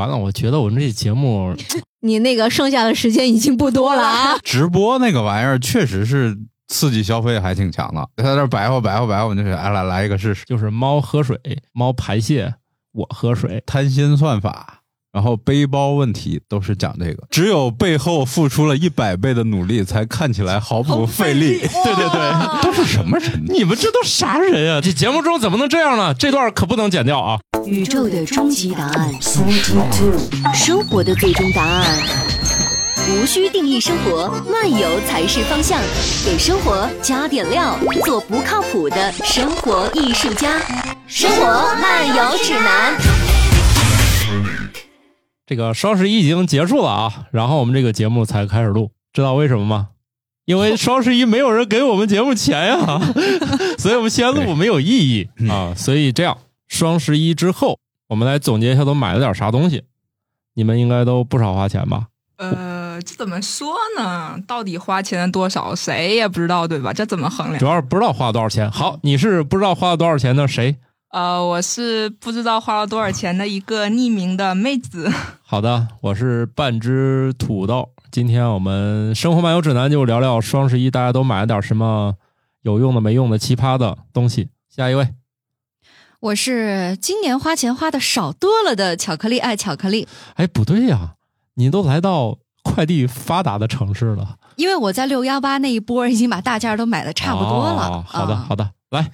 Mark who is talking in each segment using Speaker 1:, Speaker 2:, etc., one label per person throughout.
Speaker 1: 完了，我觉得我们这节目
Speaker 2: 你那个剩下的时间已经不多了啊！
Speaker 3: 直播那个玩意儿确实是刺激消费还挺强的，在那儿白活白活白活，我就是哎来来一个试试，
Speaker 1: 就是猫喝水，猫排泄，我喝水。
Speaker 3: 贪心算法，然后背包问题都是讲这个，只有背后付出了一百倍的努力，才看起来毫不费 力。
Speaker 1: 对对对，
Speaker 3: 都是什么人？
Speaker 1: 你们这都啥人啊？这节目中怎么能这样呢？这段可不能剪掉啊！
Speaker 4: 宇宙的终极答案，生活的最终答案。无需定义生活，漫游才是方向。给生活加点料，做不靠谱的生活艺术家。生活漫游指南。
Speaker 1: 这个双十一已经结束了啊，然后我们这个节目才开始录，知道为什么吗？因为双十一没有人给我们节目钱呀、 所以我们先录没有意义
Speaker 3: 嗯
Speaker 1: 啊。所以这样，双十一之后，我们来总结一下都买了点啥东西。你们应该都不少花钱吧？
Speaker 5: 呃，这怎么说呢？到底花钱了多少，谁也不知道，对吧？这怎么衡量
Speaker 1: 主？要是不知道花了多少钱。好，你是不知道花了多少钱的谁？
Speaker 5: 呃，我是不知道花了多少钱的一个匿名的妹子。
Speaker 1: 好的，我是半只土豆。今天我们生活漫游指南就聊聊双十一大家都买了点什么有用的、没用的、奇葩的东西。下一位，
Speaker 2: 我是今年花钱花的少多了的巧克力爱巧克力，
Speaker 1: 哎，不对呀、你都来到快递发达的城市了，
Speaker 2: 因为我在六幺八那一波已经把大件儿都买的差不多了。
Speaker 1: 哦好的，
Speaker 2: 啊
Speaker 1: 好的，来，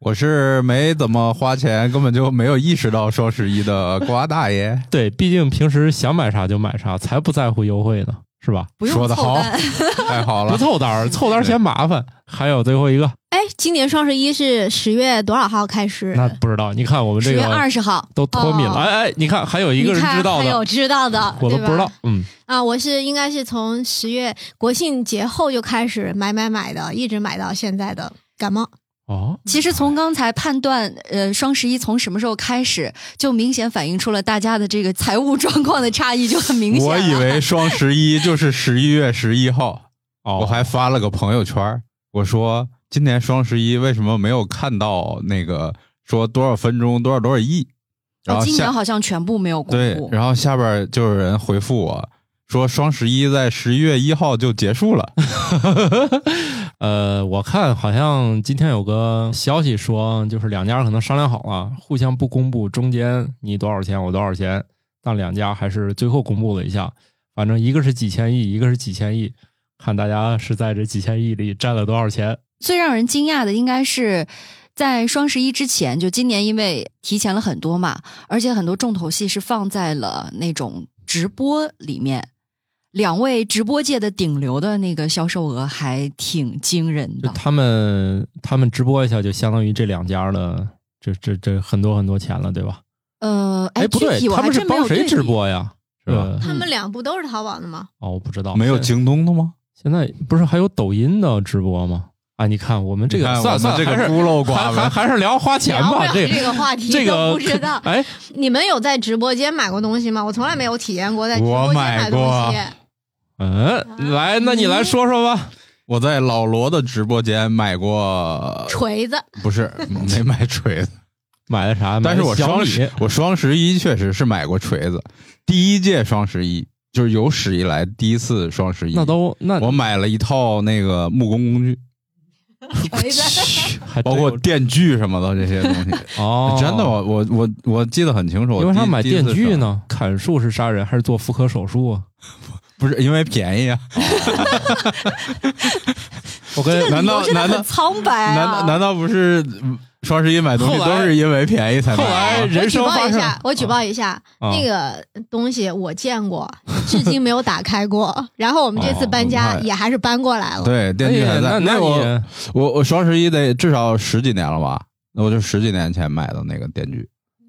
Speaker 3: 我是没怎么花钱，根本就没有意识到双十一的瓜大爷。
Speaker 1: 对，毕竟平时想买啥就买啥，才不在乎优惠呢，是吧？
Speaker 2: 不用
Speaker 3: 说得
Speaker 2: 凑
Speaker 3: 好
Speaker 2: 单。
Speaker 3: 太好
Speaker 1: 不
Speaker 3: 了，
Speaker 1: 凑单儿，凑单儿嫌麻烦。还有最后一个，
Speaker 6: 哎，今年双十一是十月多少号开始？
Speaker 1: 那不知道，你看我们
Speaker 2: 十
Speaker 1: 这
Speaker 2: 月二
Speaker 1: 个
Speaker 2: 十号，
Speaker 1: 都脱敏了，
Speaker 6: 哦
Speaker 1: 哎哎，你看还有一个人
Speaker 6: 你看
Speaker 1: 知道
Speaker 6: 还有
Speaker 1: 的，
Speaker 6: 知道的，
Speaker 1: 我都
Speaker 6: 对吧
Speaker 1: 不知道，嗯，
Speaker 6: 啊！我是应该是从十月国庆节后就开始买买买的，一直买到现在的感冒。
Speaker 1: 哦，
Speaker 2: 其实从刚才判断，呃，双十一从什么时候开始，就明显反映出了大家的这个财务 状况的差异，就很明显啊了。
Speaker 3: 我以为双十一就是十一月十一号。
Speaker 1: 哦，
Speaker 3: 我还发了个朋友圈儿，我说今年双十一为什么没有看到那个说多少分钟多少多少亿？然
Speaker 2: 哦
Speaker 3: 后
Speaker 2: 今年
Speaker 3: 啊下
Speaker 2: 好像全部没有公
Speaker 3: 对
Speaker 2: 布，。
Speaker 3: 然后下边儿就有人回复我说双十一在十一月一号就结束了。
Speaker 1: 呃，我看好像今天有个消息说，就是两家可能商量好了，互相不公布中间你多少钱，我多少钱，但两家还是最后公布了一下，反正一个是几千亿，一个是几千亿，看大家是在这几千亿里占了多少钱。
Speaker 2: 最让人惊讶的应该是在双十一之前，就今年因为提前了很多嘛，而且很多重头戏是放在了那种直播里面。两位直播界的顶流的那个销售额还挺惊人
Speaker 1: 就
Speaker 2: 的，
Speaker 1: 他们他们直播一下，就相当于这两家的这这这很多很多钱了，对吧？
Speaker 2: 呃，
Speaker 1: 哎，不
Speaker 2: 具
Speaker 1: 对，
Speaker 2: 体我
Speaker 1: 他
Speaker 2: 还
Speaker 1: 们是
Speaker 2: 真没有
Speaker 1: 帮谁
Speaker 2: 对
Speaker 1: 直
Speaker 2: 比？
Speaker 1: 播呀？是吧？
Speaker 6: 他们两部都是淘宝的吗？
Speaker 1: 哦，我不知道，
Speaker 3: 没有
Speaker 1: 现
Speaker 3: 京东的吗？
Speaker 1: 现在不是还有抖音的直播吗？啊，你看我们这个
Speaker 3: 你看
Speaker 1: 算了
Speaker 3: 我们
Speaker 1: 算了，
Speaker 3: 这
Speaker 1: 还是
Speaker 3: 个孤陋寡
Speaker 1: 还还
Speaker 3: 闻。
Speaker 1: 还是聊花钱
Speaker 6: 聊不
Speaker 1: 吧，
Speaker 6: 了
Speaker 1: 这个
Speaker 6: 这个话题
Speaker 1: 这个
Speaker 6: 都不知道
Speaker 1: 哎，
Speaker 6: 你们有在直播间买过东西吗？我从来没有体验过在直播
Speaker 3: 我
Speaker 6: 间
Speaker 3: 买
Speaker 6: 买东
Speaker 3: 过
Speaker 6: 西。啊
Speaker 1: 嗯，来，那你来说说吧。
Speaker 3: 我在老罗的直播间买过，
Speaker 6: 锤子，
Speaker 3: 不是没买锤子，
Speaker 1: 买的啥？
Speaker 3: 但是我
Speaker 1: 买的小
Speaker 3: 双
Speaker 1: 米
Speaker 3: 十我双十一确实是买过锤子。第一届双十一就是有史以来第一次双十一，
Speaker 1: 那都那
Speaker 3: 我买了一套那个木工 工具，
Speaker 6: 锤子，
Speaker 1: 还
Speaker 3: 包
Speaker 1: 真
Speaker 3: 括
Speaker 1: 有
Speaker 3: 电锯什么的这些东西。
Speaker 1: 哦，
Speaker 3: 真的，我我我我记得很清楚。
Speaker 1: 你为啥
Speaker 3: 我第
Speaker 1: 买电
Speaker 3: 第一次
Speaker 1: 锯
Speaker 3: 上？
Speaker 1: 呢？砍树是杀人还是做妇科手术啊？
Speaker 3: 不是因为便 宜啊？
Speaker 1: 我跟
Speaker 3: 难道
Speaker 2: 我真的
Speaker 3: 难道
Speaker 2: 很苍白啊！
Speaker 3: 难道难道不是嗯双十一买东西
Speaker 1: 后来
Speaker 3: 都是因为便宜才
Speaker 1: 后来
Speaker 3: 买吗？
Speaker 1: 人
Speaker 6: 举
Speaker 1: 生
Speaker 6: 报
Speaker 1: 发
Speaker 6: 一
Speaker 1: 生
Speaker 6: 下，我举报一下，
Speaker 1: 啊
Speaker 6: 那个东西我见过， 至今没有打开过。 然后我们这次搬
Speaker 3: 哦
Speaker 6: 家
Speaker 3: 那
Speaker 6: 也还是搬过来 了。
Speaker 3: 对，电
Speaker 1: 哎
Speaker 3: 锯
Speaker 1: 呀
Speaker 3: 还在。
Speaker 1: 那
Speaker 3: 我
Speaker 1: 你
Speaker 3: 我我双十一得至少十几年了吧？那我就十几年前买的那个电锯，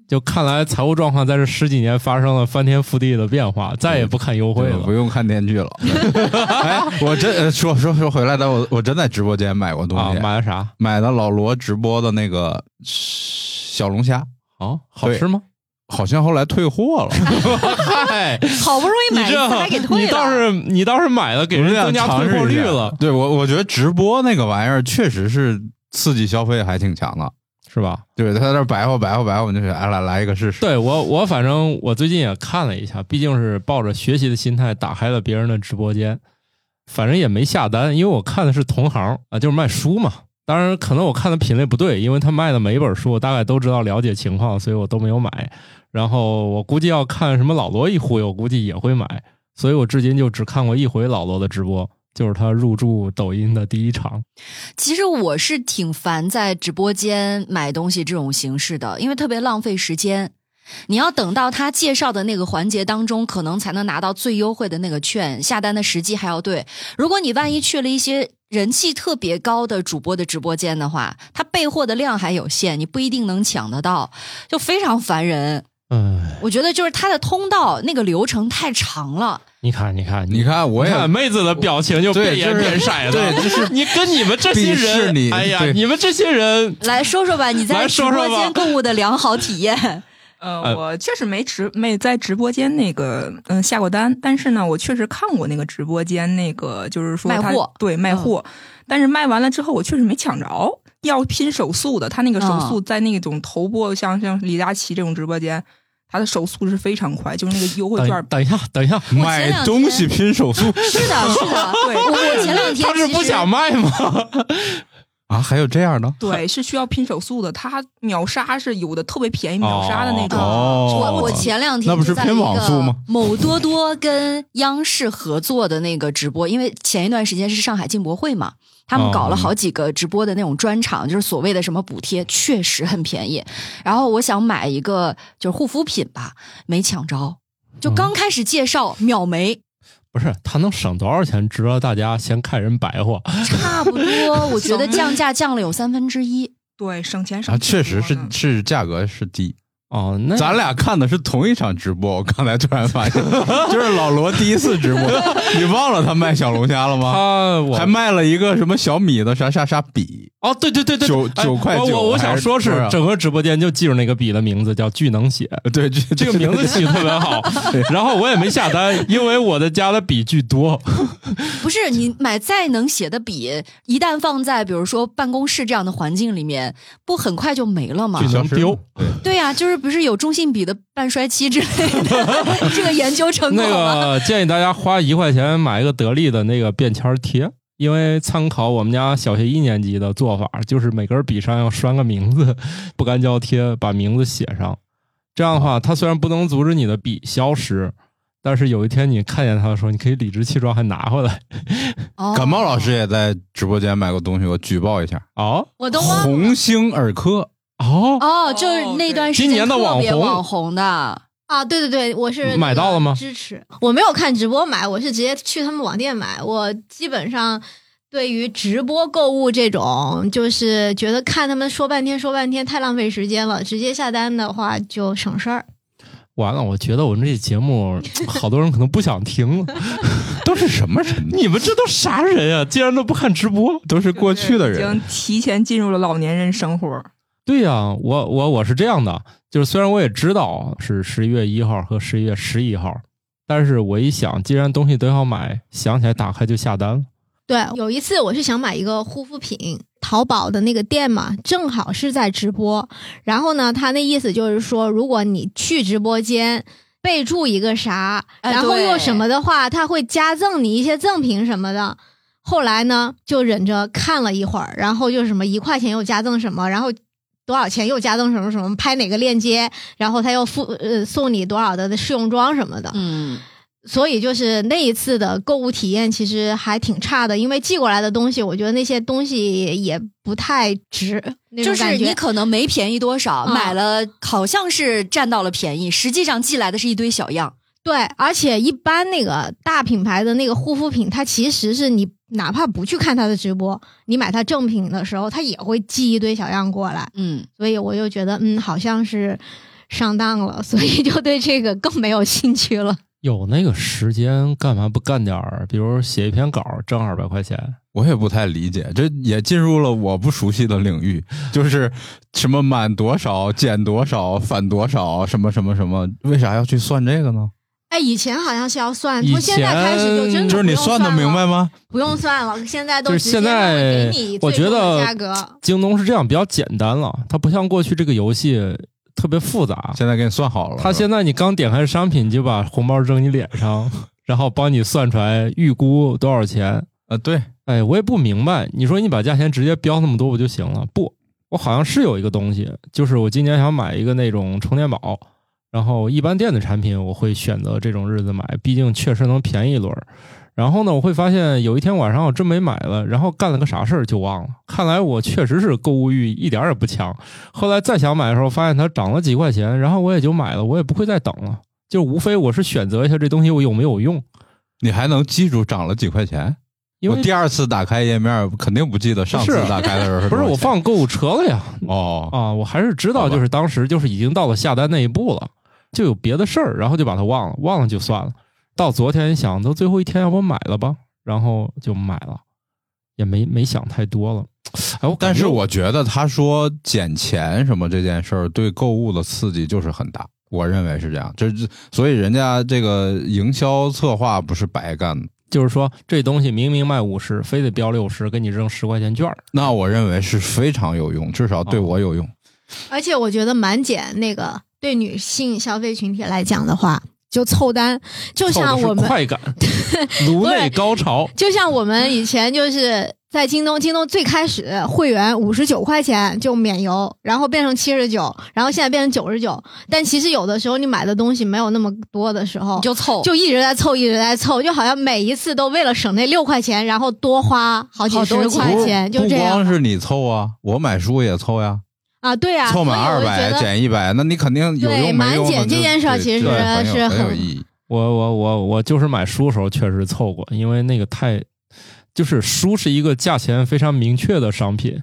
Speaker 1: 就看来财务状况在这十几年发生了翻天覆地的变化，再也不看优惠
Speaker 3: 对不
Speaker 1: 了。
Speaker 3: 用看电锯了。 哎，我真呃说说说回来的，我我真在直播间买过东
Speaker 1: 啊，
Speaker 3: 西，
Speaker 1: 买的啥？
Speaker 3: 买的老罗直播的那个小龙虾，
Speaker 1: 哦，好
Speaker 3: 对
Speaker 1: 吃 吗？
Speaker 3: 好像后来退货了。
Speaker 1: 嗨，
Speaker 2: 好不容易
Speaker 1: 你
Speaker 2: 买一
Speaker 1: 这
Speaker 2: 次还给退
Speaker 1: 你倒
Speaker 2: 了？
Speaker 1: 是你倒是买了，给人
Speaker 3: 啊
Speaker 1: 增加退货率了。
Speaker 3: 对我，我觉得直播那个玩意儿确实是刺激消费还挺强的，
Speaker 1: 是吧？
Speaker 3: 对，他在那儿白话白话白话，我们就想，哎，来来一个试试。
Speaker 1: 对我，我反正我最近也看了一下，毕竟是抱着学习的心态打开了别人的直播间，反正也没下单，因为我看的是同行啊，就是卖书嘛。当然，可能我看的品类不对，因为他卖的每一本书我大概都知道了解情况，所以我都没有买。然后我估计要看什么老罗一忽悠，我估计也会买，所以我至今就只看过一回老罗的直播，就是他入驻抖音的第一场。
Speaker 2: 其实我是挺烦在直播间买东西这种形式的，因为特别浪费时间。你要等到他介绍的那个环节当中，可能才能拿到最优惠的那个券，下单的时机还要对。如果你万一去了一些人气特别高的主播的直播间的话，他备货的量还有限，你不一定能抢得到，就非常烦人。
Speaker 1: 嗯，
Speaker 2: 我觉得就是他的通道那个流程太长了。
Speaker 1: 你看，你看，
Speaker 3: 你
Speaker 1: 看，
Speaker 3: 看，我
Speaker 1: 我
Speaker 3: 也
Speaker 1: 看妹子的表情哎就
Speaker 3: 对
Speaker 1: 变颜
Speaker 3: 就是
Speaker 1: 变色的，
Speaker 3: 对
Speaker 1: 就是 你跟你们这些
Speaker 3: 鄙视
Speaker 1: 人，
Speaker 3: 你
Speaker 1: 哎呀，
Speaker 3: 对
Speaker 1: 你们这些人，
Speaker 2: 来说说吧，你在
Speaker 1: 来
Speaker 2: 直
Speaker 1: 说
Speaker 2: 播
Speaker 1: 说吧
Speaker 2: 间购物的良好体验。
Speaker 1: 哎
Speaker 5: 呃，我确实没直没在直播间那个嗯、下过单，但是呢，我确实看过那个直播间那个就是说
Speaker 2: 卖
Speaker 5: 他
Speaker 2: 货嗯
Speaker 5: 对卖货，但是卖完了之后我确实没抢着，要拼手速的，他那个手
Speaker 2: 嗯
Speaker 5: 速在那种头部像像李佳琦这种直播间，他的手速是非常快，就是那个优惠券
Speaker 1: 等。等一下，等一下，
Speaker 2: 我前两
Speaker 3: 买
Speaker 2: 天
Speaker 3: 东西拼 手速
Speaker 2: 是的，是的。
Speaker 5: 对
Speaker 2: 我我前两天
Speaker 1: 他是
Speaker 2: 其
Speaker 1: 不
Speaker 2: 实
Speaker 1: 想卖吗？
Speaker 3: 啊，还有这样的
Speaker 5: 对，是需要拼手速的，他秒杀是有的特别便宜，秒杀的那种。
Speaker 3: 哦，
Speaker 2: 呃我我前两天
Speaker 3: 那不是
Speaker 2: 就在
Speaker 3: 偏
Speaker 2: 一
Speaker 3: 网
Speaker 2: 个
Speaker 3: 速吗
Speaker 2: 某多多跟央视合作的那个直播，因为前一段时间是上海进博会嘛，他
Speaker 3: 哦
Speaker 2: 们
Speaker 3: 嗯
Speaker 2: 搞了好几个直播的那种专场，就是所谓的什么补贴，确实很便宜。然后我想买一个就是护肤品吧，没抢着，就
Speaker 3: 嗯
Speaker 2: 刚开始介绍秒没，
Speaker 1: 不是，他能省多少钱？值得大家先看人白话。
Speaker 2: 差不多，我觉得降价降了有三分之一。
Speaker 5: 对，省钱省
Speaker 3: 啊，
Speaker 5: 挺
Speaker 3: 确实
Speaker 5: 多
Speaker 3: 是
Speaker 5: 的
Speaker 3: 是价格是低。
Speaker 1: 哦，那
Speaker 3: 咱俩看的是同一场直播，我刚才突然发 现，就是老罗第一次直播，你忘了他卖小龙虾了吗？
Speaker 1: 他我
Speaker 3: 还卖了一个什么小米的啥啥啥笔，
Speaker 1: 哦，对对对对，
Speaker 3: 九
Speaker 1: 哎
Speaker 3: 九块九
Speaker 1: 我我
Speaker 3: 还
Speaker 1: 想
Speaker 3: 是
Speaker 1: 说是
Speaker 3: 多少
Speaker 1: 整个直播间就记住那个笔的名字叫巨能 写，
Speaker 3: 对，这
Speaker 1: 这个名字起得特别 好。然后我也没下单，因为我的家的笔巨多。
Speaker 2: 不是你买再能写的笔，一旦放在比如说办公室这样的环境里面，不很快就没了吗？
Speaker 1: 就能丢。
Speaker 3: 对，
Speaker 2: 对呀、就是不是有中性笔的半衰期之类的，这个研究成果
Speaker 1: 那
Speaker 2: 了。
Speaker 1: 个建议大家花一块钱买一个得力的那个便签贴，因为参考我们家小学一年级的做法，就是每根笔上要拴个名字，不干胶贴把名字写上。这样的话，它虽然不能阻止你的笔消失，但是有一天你看见它的时候，你可以理直气壮还拿回来。
Speaker 2: 哦
Speaker 3: 感冒老师，也在直播间买过东西，我举报一下，
Speaker 1: 哦
Speaker 2: 我都忘了。
Speaker 3: 红星耳科。
Speaker 1: 哦，
Speaker 2: 哦，就是那段时
Speaker 1: 今
Speaker 2: 间
Speaker 1: 年的
Speaker 2: 特
Speaker 1: 网
Speaker 2: 别
Speaker 1: 红
Speaker 2: 网红的，
Speaker 6: 啊，对对对，我是
Speaker 1: 买到了吗
Speaker 6: 支持，我没有看直播买，我是直接去他们网店买。我基本上对于直播购物这种，就是觉得看他们说半天说半天太浪费时间了，直接下单的话就省事儿。
Speaker 1: 完了！我觉得我们这节目好多人可能不想听了。
Speaker 3: 都是什么人？
Speaker 1: 你们这都啥人啊？竟然都不看直播？
Speaker 3: 都是过去的
Speaker 5: 已
Speaker 3: 人
Speaker 5: 经。提前进入了老年人生活。
Speaker 1: 对呀、我我我是这样的，就是虽然我也知道是十一月一号和十一月十一号，但是我一想，既然东西都要买，想起来打开就下单了。
Speaker 6: 对，有一次我是想买一个护肤品，淘宝的那个店嘛，正好是在直播。然后呢，他那意思就是说，如果你去直播间备注一个啥，
Speaker 2: 哎
Speaker 6: 然后
Speaker 2: 对
Speaker 6: 又什么的话，他会加赠你一些赠品什么的。后来呢，就忍着看了一会儿，然后就什么一块钱又加赠什么，然后多少钱又加赠什么什么，拍哪个链接，然后他又付呃送你多少的试用装什么的。
Speaker 2: 嗯，
Speaker 6: 所以就是那一次的购物体验其实还挺差的，因为寄过来的东西，我觉得那些东西也不太值，那种
Speaker 2: 就是
Speaker 6: 感
Speaker 2: 你
Speaker 6: 觉。
Speaker 2: 可能没便宜多少，
Speaker 6: 嗯
Speaker 2: 买了好像是占到了便宜，实际上寄来的是一堆小样。
Speaker 6: 对，而且一般那个大品牌的那个护肤品，它其实是你哪怕不去看它的直播，你买它正品的时候，它也会寄一堆小样过来，
Speaker 2: 嗯，
Speaker 6: 所以我就觉得，嗯，好像是上当了，所以就对这个更没有兴趣了。
Speaker 1: 有那个时间，干嘛不干点儿？比如写一篇稿挣二百块钱，
Speaker 3: 我也不太理解，这也进入了我不熟悉的领域，就是什么满多少、减多少、返多少，什么什么什么，为啥要去算这个呢？
Speaker 6: 哎，以前好像是要算，
Speaker 1: 以
Speaker 6: 从现在开始就真
Speaker 1: 前
Speaker 6: 的
Speaker 3: 就是你
Speaker 6: 不用算
Speaker 3: 算的明白
Speaker 6: 了，
Speaker 3: 吗？
Speaker 6: 不用算了，现在都
Speaker 1: 就是
Speaker 6: 直接
Speaker 1: 现在
Speaker 6: 给你
Speaker 1: 我
Speaker 6: 最
Speaker 1: 觉
Speaker 6: 终的
Speaker 1: 得
Speaker 6: 价格，
Speaker 1: 京东是这样比较简单了，它不像过去这个游戏特别复杂。
Speaker 3: 现在给你算好了。
Speaker 1: 它现在你刚点开商品，就把红包扔你脸上， 然后帮你算出来预估多少钱。
Speaker 3: 呃，对，
Speaker 1: 哎，我也不明白，你说你把价钱直接标那么多不就行了？不，我好像是有一个东西，就是我今年想买一个那种充电宝，然后一般电子产品我会选择这种日子买，毕竟确实能便宜一轮儿。然后呢，我会发现有一天晚上我真没买了，然后干了个啥事儿就忘了。看来我确实是购物欲一点儿也不强。后来再想买的时候，发现它涨了几块钱，然后我也就买了，我也不会再等了。就无非我是选择一下这东西我有没有用，
Speaker 3: 你还能记住涨了几块钱？
Speaker 1: 因
Speaker 3: 我
Speaker 1: 为
Speaker 3: 第二次打开页面肯定不记得上
Speaker 1: 不
Speaker 3: 次
Speaker 1: 是
Speaker 3: 打开的时候是
Speaker 1: 不是
Speaker 3: 多少
Speaker 1: 我
Speaker 3: 钱
Speaker 1: 放购物车了呀，
Speaker 3: 哦，
Speaker 1: 啊，我还是知
Speaker 3: 好
Speaker 1: 道，
Speaker 3: 吧
Speaker 1: 就是当时就是已经到了下单那一步了，就有别的事儿，然后就把它忘了，忘了就算了。到昨天一想，都最后一天，要不买了吧，然后就买了，也没没想太多了。哎，我感
Speaker 3: 但
Speaker 1: 觉
Speaker 3: 是我觉得他说捡钱什么这件事儿对购物的刺激就是很大，我认为是这样。这这所以人家这个营销策划不是白干的。
Speaker 1: 就是说，这东西明明卖五十，非得标六十，给你扔十块钱券儿。
Speaker 3: 那我认为是非常有用，至少对
Speaker 1: 哦
Speaker 3: 我有用。
Speaker 6: 而且我觉得满减那个对女性消费群体来讲的话，就凑单，就
Speaker 1: 凑的
Speaker 6: 像
Speaker 1: 是
Speaker 6: 我们
Speaker 1: 快 感，颅内高潮。
Speaker 6: 就像我们以前就是在京东，京东最开始会员五十九块钱就免邮，然后变成七十九，然后现在变成九十九。但其实有的时候你买的东西没有那么多的时候，
Speaker 2: 你就凑，
Speaker 6: 哦就一直在凑，一直在凑，就好像每一次都为了省那六块钱，然后多花好几
Speaker 2: 好
Speaker 6: 十
Speaker 2: 多
Speaker 6: 块
Speaker 2: 钱
Speaker 6: 钱，就
Speaker 3: 不
Speaker 6: 这样
Speaker 3: 光是你凑啊，我买书也凑呀，
Speaker 6: 啊，对啊，
Speaker 3: 凑满
Speaker 6: 所以我
Speaker 3: 二
Speaker 6: 就
Speaker 3: 百
Speaker 6: 觉得
Speaker 3: 减一百，那你肯定有
Speaker 6: 对
Speaker 3: 用没用呢？
Speaker 6: 满减这件事儿
Speaker 3: 就
Speaker 6: 其实
Speaker 3: 对很有
Speaker 6: 是
Speaker 3: 很有
Speaker 6: 很
Speaker 3: 意义。
Speaker 1: 我我我我就是买书的时候确实凑过，因为那个太，就是书是一个价钱非常明确的商品，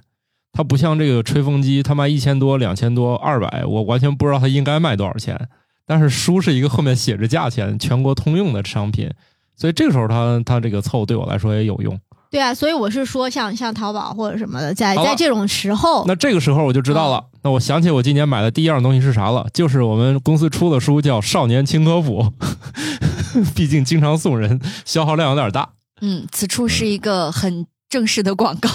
Speaker 1: 它不像这个吹风机，它卖一千多、两千多、二百，我完全不知道它应该卖多少钱。但是书是一个后面写着价钱，全国通用的商品，所以这个时候它它这个凑对我来说也有用。
Speaker 6: 对啊，所以我是说像像淘宝或者什么的，在
Speaker 1: 好了
Speaker 6: 在这种时候，
Speaker 1: 那这个时候我就知道了，那我想起我今年买的第一样东西是啥了，就是我们公司出的书叫《少年轻科普》， 毕竟经常送人，消耗量有点大。
Speaker 2: 嗯，此处是一个很正式的广告，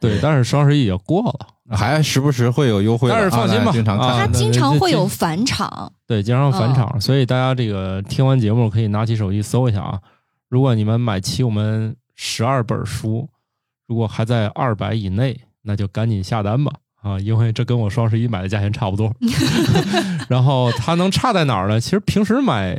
Speaker 1: 对，但是双十一也过了，
Speaker 3: 还时不时会有优惠的，
Speaker 1: 但是放心吧
Speaker 3: 啊经常
Speaker 1: 啊
Speaker 2: 它
Speaker 3: 看。
Speaker 1: 那
Speaker 2: 经
Speaker 1: 那
Speaker 2: 常
Speaker 1: 这
Speaker 2: 会
Speaker 1: 这
Speaker 2: 有返场。
Speaker 1: 对，经常返场，所以大家这个听完节目可以拿起手机搜一下啊。如果你们买齐我们十二本书，如果还在二百以内，那就赶紧下单吧啊，因为这跟我双十一买的价钱差不多。 然后它能差在哪儿呢？其实平时买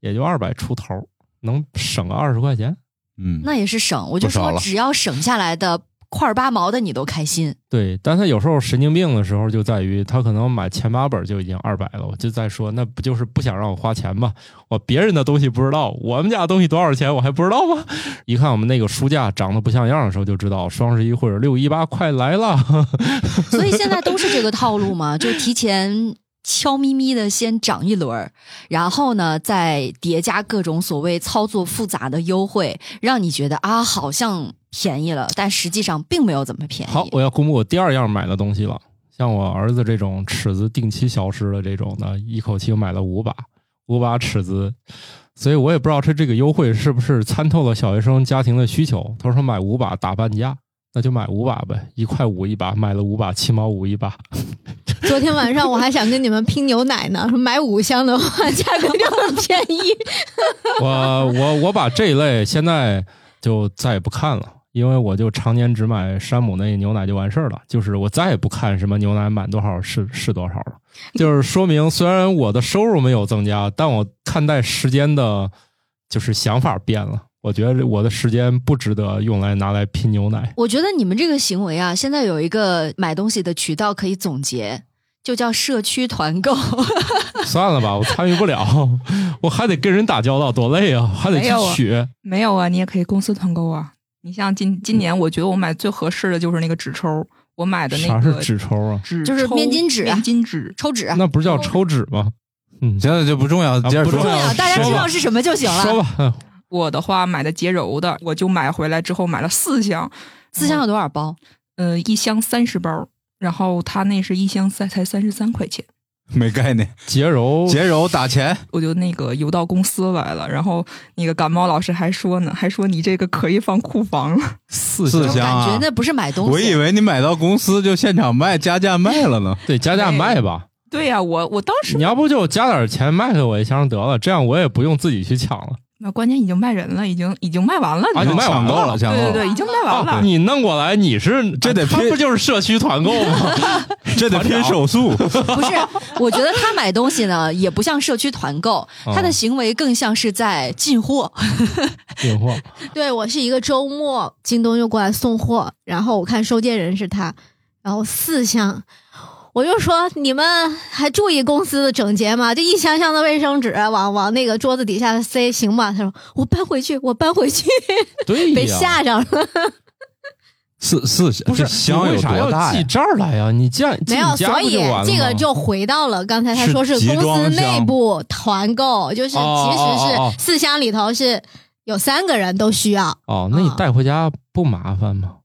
Speaker 1: 也就二百出头，能省个二十块钱。
Speaker 3: 嗯，
Speaker 2: 那也是省，我就
Speaker 3: 不少
Speaker 2: 说
Speaker 3: 了
Speaker 2: 只要省下来的块儿八毛的你都开心。
Speaker 1: 对，但他有时候神经病的时候就在于他可能买前八本就已经二百了，我就在说那不就是不想让我花钱吗？我别人的东西不知道，我们家的东西多少钱我还不知道吗？ 一看我们那个书架长得不像样的时候就知道双十一或者六一八快来了。
Speaker 2: 所以现在都是这个套路嘛，就提前悄咪咪的先涨一轮儿，然后呢再叠加各种所谓操作复杂的优惠，让你觉得啊好像便宜了，但实际上并没有怎么便宜。
Speaker 1: 好，我要公布我第二样买的东西了。像我儿子这种尺子定期消失的这种呢，一口气买了五把五把尺子，所以我也不知道他这个优惠是不是参透了小学生家庭的需求。他说买五把打半价，那就买五把呗，一块五一把，买了五把七毛五一把。
Speaker 6: 昨天晚上我还想跟你们拼牛奶呢，说买五箱的话价格就很便宜。
Speaker 1: 我我我把这一类现在就再也不看了，因为我就常年只买山姆那牛奶就完事儿了，就是我再也不看什么牛奶满多少是是多少了。就是说明，虽然我的收入没有增加，但我看待时间的，就是想法变了。我觉得我的时间不值得用来拿来拼牛奶。
Speaker 2: 我觉得你们这个行为啊，现在有一个买东西的渠道可以总结，就叫社区团购。
Speaker 1: 算了吧，我参与不了，我还得跟人打交道，多累啊！还得去
Speaker 5: 没有啊
Speaker 1: 取。
Speaker 5: 没有啊，你也可以公司团购啊。你像
Speaker 3: 嗯
Speaker 5: 今今年，我觉得我买最合适的就是那个纸抽，我买的
Speaker 1: 啥
Speaker 5: 那
Speaker 1: 是
Speaker 5: 个啊
Speaker 1: 纸抽啊？
Speaker 5: 纸
Speaker 2: 就是
Speaker 5: 抽
Speaker 2: 面巾纸啊
Speaker 5: 面巾纸。
Speaker 2: 抽纸
Speaker 1: 那不是叫抽纸吗？嗯，
Speaker 3: 行了，这不重要，接着
Speaker 1: 不
Speaker 3: 说。
Speaker 1: 重
Speaker 2: 重要，大家知
Speaker 1: 说吧
Speaker 2: 道是什么就行
Speaker 1: 说
Speaker 2: 了。
Speaker 1: 吧， 嗯
Speaker 5: 我的话买的洁柔的，我就买回来之后买了四箱，
Speaker 2: 四箱有多少包？
Speaker 5: 呃，一箱三十包，然后它那是一箱三才三十三块钱，
Speaker 3: 没概念。
Speaker 1: 洁柔
Speaker 3: 洁柔打钱，
Speaker 5: 我就那个邮到公司来了，然后那个感冒老师还说呢，还说你这个可以放库房了。
Speaker 1: 四
Speaker 3: 四
Speaker 1: 项
Speaker 2: 我
Speaker 3: 箱
Speaker 2: 感觉
Speaker 3: 啊！
Speaker 2: 那不是买东西，
Speaker 3: 我以为你买到公司就现场卖加价卖了呢。
Speaker 1: 对加
Speaker 6: 哎
Speaker 1: 价卖吧，
Speaker 5: 对呀、我我当时
Speaker 1: 你要不就加点钱卖给我一箱得了，这样我也不用自己去抢了。
Speaker 5: 那关键已经卖人了，已经已经卖完了，
Speaker 1: 啊你卖
Speaker 3: 抢
Speaker 1: 完
Speaker 3: 购
Speaker 1: 了
Speaker 3: 了，抢购
Speaker 5: 对
Speaker 3: 了，
Speaker 5: 对对，已经卖完了。
Speaker 1: 啊你弄过来你 是啊
Speaker 3: 这得
Speaker 1: 他
Speaker 3: 拼
Speaker 1: 不就是社区团购吗？
Speaker 3: 这得拼手 速。
Speaker 2: 不是，我觉得他买东西呢，也不像社区团购，
Speaker 3: 哦
Speaker 2: 他的行为更像是在进货。
Speaker 1: 进货
Speaker 6: 对我是一个周末，京东就过来送货，然后我看收件人是他，然后四箱，我就说你们还注意公司的整洁吗？这一箱箱的卫生纸往往那个桌子底下塞，行吗？他说我搬回去，我搬回去，
Speaker 3: 哎
Speaker 1: 对
Speaker 6: 被
Speaker 1: 呀，
Speaker 6: 吓着了。
Speaker 3: 四四箱，
Speaker 1: 不是
Speaker 3: 这箱
Speaker 1: 你
Speaker 3: 有
Speaker 1: 为啥
Speaker 3: 多
Speaker 1: 要
Speaker 3: 大
Speaker 1: 寄
Speaker 3: 呀？
Speaker 1: 这儿来呀？你寄寄你
Speaker 6: 没
Speaker 1: 家
Speaker 6: 有，
Speaker 1: 不
Speaker 6: 所以
Speaker 1: 就完了
Speaker 6: 这个
Speaker 1: 吗
Speaker 6: 就回到了刚才他说是
Speaker 3: 是集
Speaker 6: 公司
Speaker 3: 装箱
Speaker 6: 内部团购，就是其
Speaker 1: 哦哦哦哦哦
Speaker 6: 实是四箱里头是有三个人都需要。
Speaker 1: 哦，那你
Speaker 6: 啊
Speaker 1: 带回家不麻烦吗？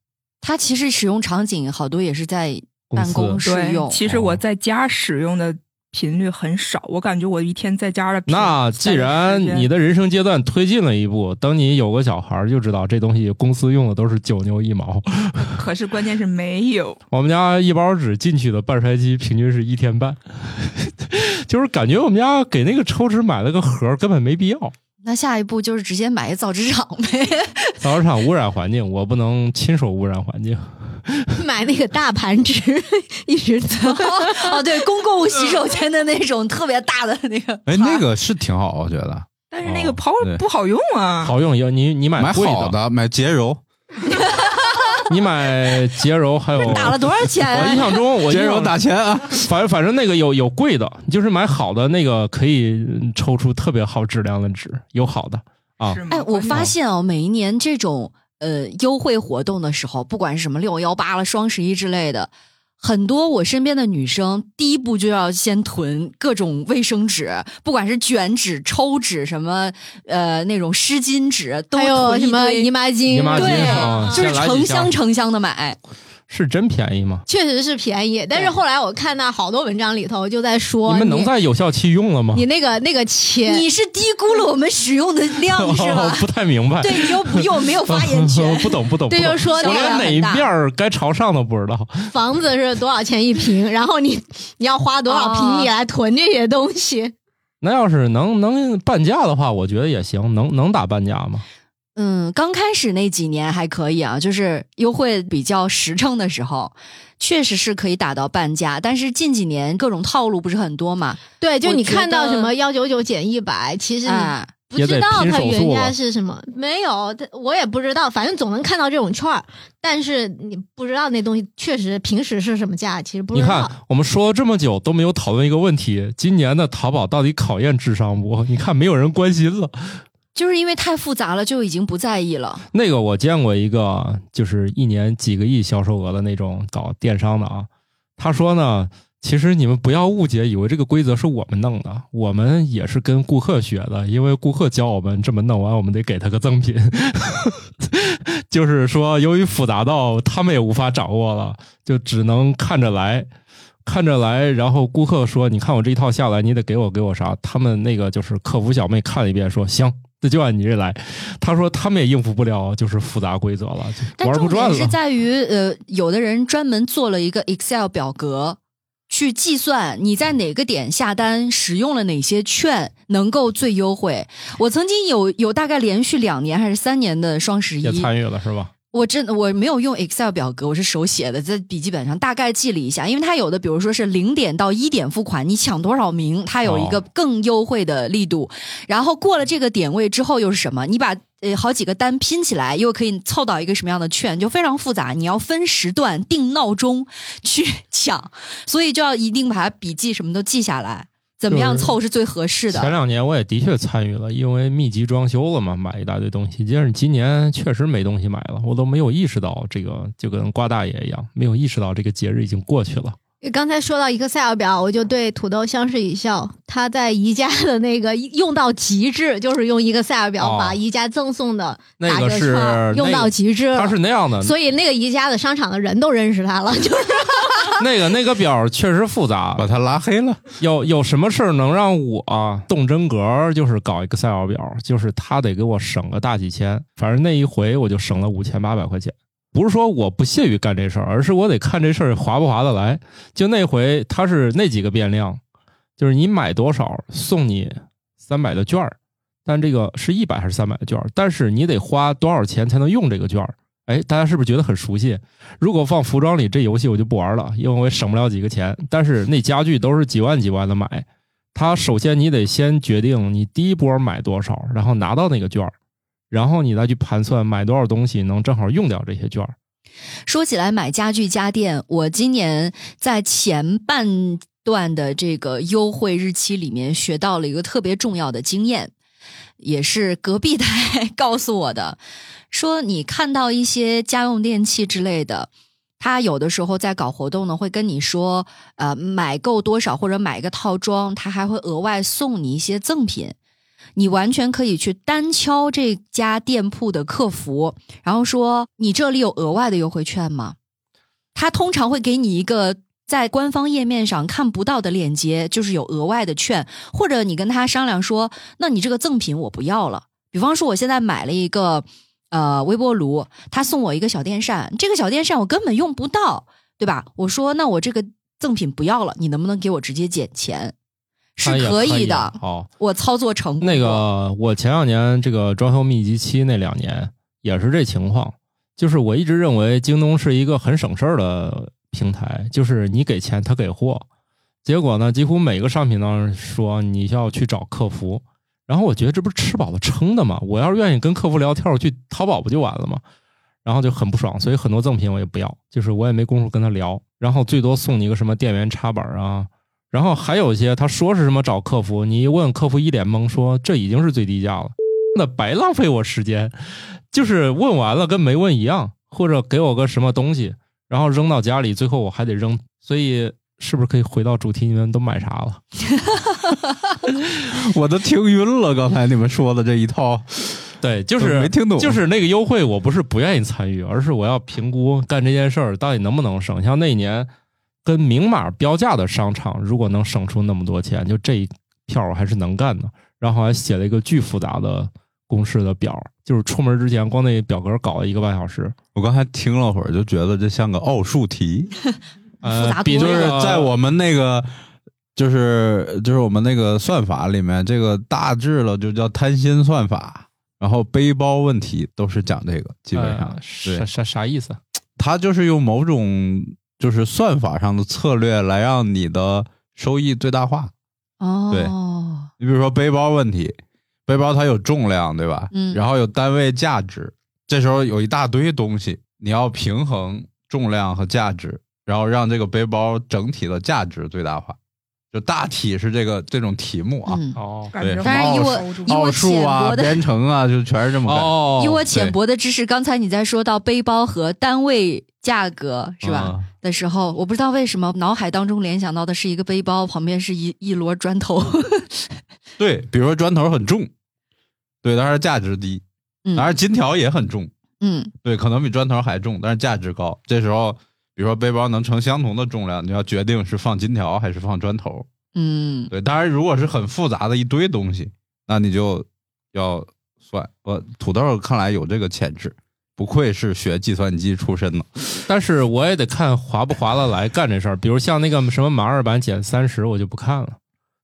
Speaker 2: 他其实使用场景好多也是在办公
Speaker 1: 司
Speaker 2: 室用
Speaker 5: 对，。其实我在家使用的频率很少，我感觉我一天在家的频
Speaker 1: 那既然你的人生阶段推进了一步，等你有个小孩儿就知道这东西公司用的都是九牛一毛。
Speaker 5: 可是关键是没有，
Speaker 1: 我们家一包纸进去的半衰期平均是一天半， 就是感觉我们家给那个抽纸买了个盒儿根本没必要。
Speaker 2: 那下一步就是直接买一造纸厂呗。
Speaker 1: 造纸厂污染环境，我不能亲手污染环境。
Speaker 6: 买那个大盘纸，一直走。
Speaker 2: 哦，对，公共洗手间的那种特别大的那个，
Speaker 3: 哎，那个是挺好，我觉得
Speaker 5: 但是那个
Speaker 1: 哦
Speaker 5: 泡
Speaker 3: 对
Speaker 5: 不好用啊。
Speaker 1: 好用，要你你买
Speaker 3: 买
Speaker 1: 贵
Speaker 3: 好的，买洁柔，
Speaker 1: 你买洁柔还有。
Speaker 2: 打了多少钱
Speaker 1: 我
Speaker 2: 啊
Speaker 1: 印？象中，我印
Speaker 3: 洁
Speaker 1: 象
Speaker 3: 柔打钱啊！
Speaker 1: 反反正那个有有贵的，就是买好的那个可以嗯抽出特别好质量的纸，有好的啊
Speaker 3: 嗯
Speaker 5: 是吗
Speaker 2: 哎，我
Speaker 5: 关键
Speaker 2: 发现哦，每一年这种呃优惠活动的时候，不管是什么六幺八了、双十一之类的，很多我身边的女生第一步就要先囤各种卫生纸， 不管是卷纸、抽纸什么，呃，那种湿巾纸， 都
Speaker 6: 还有
Speaker 2: 囤一
Speaker 6: 什么
Speaker 2: 堆
Speaker 6: 姨妈巾？
Speaker 1: 姨妈巾
Speaker 2: 对
Speaker 1: 啊
Speaker 2: 就
Speaker 1: 先
Speaker 2: 是
Speaker 1: 来几
Speaker 2: 成
Speaker 1: 箱
Speaker 2: 箱成箱的 买，
Speaker 1: 是真便宜吗？
Speaker 6: 确实是便宜，但是后来我看到好多文章里头就在说，
Speaker 1: 你
Speaker 6: 你
Speaker 1: 们能在有效期用了吗？
Speaker 6: 你那个那个钱，
Speaker 2: 你是低估了我们使用的量是
Speaker 1: 我
Speaker 2: 吧？
Speaker 1: 不太明白，
Speaker 2: 对你又不又没有发 言权，
Speaker 1: 不懂不懂。
Speaker 6: 对
Speaker 1: 不懂
Speaker 6: 就说
Speaker 1: 我
Speaker 6: 那个
Speaker 1: 连哪
Speaker 6: 很
Speaker 1: 一
Speaker 6: 大
Speaker 1: 面儿该朝上都不知道。
Speaker 6: 房子是多少钱一平，然后你你要花多少平米
Speaker 2: 哦
Speaker 6: 来囤这些东西，
Speaker 1: 那要是能能半价的话，我觉得也行，能能打半价吗？
Speaker 2: 嗯，刚开始那几年还可以啊，就是优惠比较实诚的时候，确实是可以打到半价。但是近几年各种套路不是很多嘛？
Speaker 6: 对，就
Speaker 2: 我
Speaker 6: 你
Speaker 2: 觉
Speaker 6: 看到
Speaker 2: 得
Speaker 6: 什么幺九九减一百，其实你
Speaker 2: 哎，
Speaker 6: 不
Speaker 1: 也
Speaker 6: 知
Speaker 1: 得
Speaker 6: 道
Speaker 1: 拼
Speaker 6: 它
Speaker 1: 手
Speaker 6: 原
Speaker 1: 速啊
Speaker 6: 价
Speaker 1: 了
Speaker 6: 是什么，没有，它我也不知道，反正总能看到这种券儿，但是你不知道那东西确实平时是什么价，其实不
Speaker 1: 你
Speaker 6: 知道
Speaker 1: 看。，我们说了这么久都没有讨论一个问题：今年的淘宝到底考验智商不？ 你看没有人关心了。
Speaker 2: 就是因为太复杂了，就已经不在意了。
Speaker 1: 那个我见过一个，就是一年几个亿销售额的那种搞电商的啊，他说呢，其实你们不要误解，以为这个规则是我们弄的，我们也是跟顾客学的，因为顾客教我们这么弄完，我们得给他个赠品。 就是说，由于复杂到他们也无法掌握了，就只能看着来。看着来，然后顾客说：“你看我这一套下来，你得给我给我啥？”他们那个就是客服小妹看了一遍，说：“行，那就按你这来。”他说他们也应付不了，就是复杂规则了，就
Speaker 2: 但
Speaker 1: 玩不
Speaker 2: 重
Speaker 1: 转
Speaker 2: 点
Speaker 1: 了
Speaker 2: 是。在于，呃，有的人专门做了一个 Excel 表格，去计算你在哪个点下单使用了哪些券，能够最优惠。我曾经有有大概连续两年还是三年的双十一，
Speaker 1: 也参与了是吧？
Speaker 2: 我真的我没有用 Excel 表格，我是手写的，在笔记本上大概记了一下，因为它有的，比如说是零点到一点付款，你抢多少名，它有一个
Speaker 1: 哦
Speaker 2: 更优惠的力度。然后过了这个点位之后又是什么？你把呃好几个单拼起来，又可以凑到一个什么样的券，就非常复杂。你要分时段定闹钟去抢，所以就要一定把它笔记什么都记下来，怎么样
Speaker 1: 就是
Speaker 2: 凑是最合适
Speaker 1: 前
Speaker 2: 的。
Speaker 1: 两年我也的确参与了，因为密集装修了嘛，买一大堆东西。但是今年确实没东西买了，我都没有意识到这个，就跟瓜大爷一样，没有意识到这个节日已经过去了。
Speaker 6: 刚才说到 Excel 表，我就对土豆相视一笑。他在宜家的那个用到极致，就是用 Excel 表
Speaker 1: 哦
Speaker 6: 把宜家赠送的
Speaker 1: 那
Speaker 6: 打
Speaker 1: 个
Speaker 6: 折
Speaker 1: 是
Speaker 6: 券用
Speaker 1: 那
Speaker 6: 到
Speaker 1: 个
Speaker 2: 啊
Speaker 6: 极致了。
Speaker 1: 他是那样的，
Speaker 6: 所以那个宜家的商场的人都认识他了，就是
Speaker 1: 那个那个表确实复杂，
Speaker 3: 把他拉黑了。
Speaker 1: 有有什么事儿能让我、动真格儿？就是搞一个 Excel 表，就是他得给我省个大几千，反正那一回我就省了五千八百块钱。不是说我不屑于干这事儿，而是我得看这事儿划不划得来。就那回他是那几个变量，就是你买多少送你三百的券儿，但这个是一百还是三百的券儿？但是你得花多少钱才能用这个券儿？哎，大家是不是觉得很熟悉？如果放服装里，这游戏我就不玩了，因为我也省不了几个钱。但是那家具都是几万几万的买，它首先你得先决定你第一波买多少，然后拿到那个券儿，然后你再去盘算买多少东西能正好用掉这些券儿。
Speaker 2: 说起来买家具家电，我今年在前半段的这个优惠日期里面学到了一个特别重要的经验，也是隔壁台告诉我的， 说你看到一些家用电器之类的。他有的时候在搞活动呢，会跟你说，呃，买够多少或者买一个套装，他还会额外送你一些赠品。你完全可以去单敲这家店铺的客服，然后说你这里有额外的优惠券吗？他通常会给你一个在官方页面上看不到的链接，就是有额外的券，或者你跟他商量说，那你这个赠品我不要了。比方说，我现在买了一个呃微波炉，他送我一个小电扇，这个小电扇我根本用不到，对吧？我说那我这个赠品不要了，你能不能给我直接减钱？是
Speaker 1: 它也
Speaker 2: 可以的，
Speaker 1: 好，
Speaker 2: 我操作成功
Speaker 1: 啊那
Speaker 2: 过
Speaker 1: 个我前两年这个装修密集期那两年也是这情况，就是我一直认为京东是一个很省事儿的平台，就是你给钱他给货，结果呢，几乎每个商品当中说你需要去找客服，然后我觉得这不是吃饱了撑的吗？我要是愿意跟客服聊天，我去淘宝不就完了吗？然后就很不爽，所以很多赠品我也不要，就是我也没工夫跟他聊，然后最多送你一个什么电源插板啊，然后还有一些他说是什么找客服，你一问客服一脸懵说，这已经是最低价了，那白浪费我时间，就是问完了跟没问一样，或者给我个什么东西，然后扔到家里，最后我还得扔，所以是不是可以回到主题？你们都买啥了？
Speaker 3: 我都听晕了，刚才你们说的这一套，
Speaker 1: 对，就
Speaker 3: 我
Speaker 1: 是
Speaker 3: 没听懂
Speaker 1: 就是那个优惠，我不是不愿意参与，而是我要评估干这件事儿到底能不能省。像那一年跟明码标价的商场，如果能省出那么多钱，就这一票我还是能干的。然后还写了一个巨复杂的公式的表，就是出门之前光那表格搞了一个半小时。
Speaker 3: 我刚才听了会儿，就觉得这像个奥数题，
Speaker 1: 呃
Speaker 2: 复杂，
Speaker 1: 比
Speaker 2: 多
Speaker 3: 就
Speaker 1: 那
Speaker 3: 是
Speaker 1: 个
Speaker 3: 在我们那个。就是就是我们那个算法里面，这个大致了就叫贪心算法，然后背包问题都是讲这个，基本上、
Speaker 1: 呃
Speaker 3: 对
Speaker 1: 啥啥啥意思？
Speaker 3: 它就是用某种就是算法上的策略来让你的收益最大化。对
Speaker 2: 哦，
Speaker 3: 你比如说背包问题，背包它有重量，对吧？
Speaker 2: 嗯
Speaker 3: 然后有单位价值，这时候有一大堆东西，你要平衡重量和价值，然后让这个背包整体的价值最大化。就大体是这个这种题目啊，
Speaker 2: 嗯，
Speaker 1: 哦
Speaker 5: 感
Speaker 3: 对
Speaker 5: 觉往
Speaker 2: 但是以
Speaker 5: 后
Speaker 2: 我
Speaker 5: 收住
Speaker 2: 以我
Speaker 3: 奥数
Speaker 2: 浅
Speaker 3: 啊、
Speaker 2: 薄的
Speaker 3: 编程啊，就全是这么干。
Speaker 1: 哦
Speaker 2: 以我浅薄的知识，刚才你在说到背包和单位价格是
Speaker 1: 啊
Speaker 2: 吧、
Speaker 3: 嗯
Speaker 2: 的时候，我不知道为什么脑海当中联想到的是一个背包，旁边是一一摞砖头。
Speaker 3: 对，比如说砖头很重，对，但是价值低，
Speaker 2: 嗯
Speaker 3: 当然金条也很重，
Speaker 2: 嗯
Speaker 3: 对，可能比砖头还重，但是价值高。这时候，比如说背包能承相同的重量，你要决定是放金条还是放砖头。
Speaker 2: 嗯，
Speaker 3: 对，当然如果是很复杂的一堆东西，那你就要算。我土豆看来有这个潜质，不愧是学计算机出身的。
Speaker 1: 但是我也得看划不划得来干这事儿。比如像那个什么马二版减三十，我就不看了，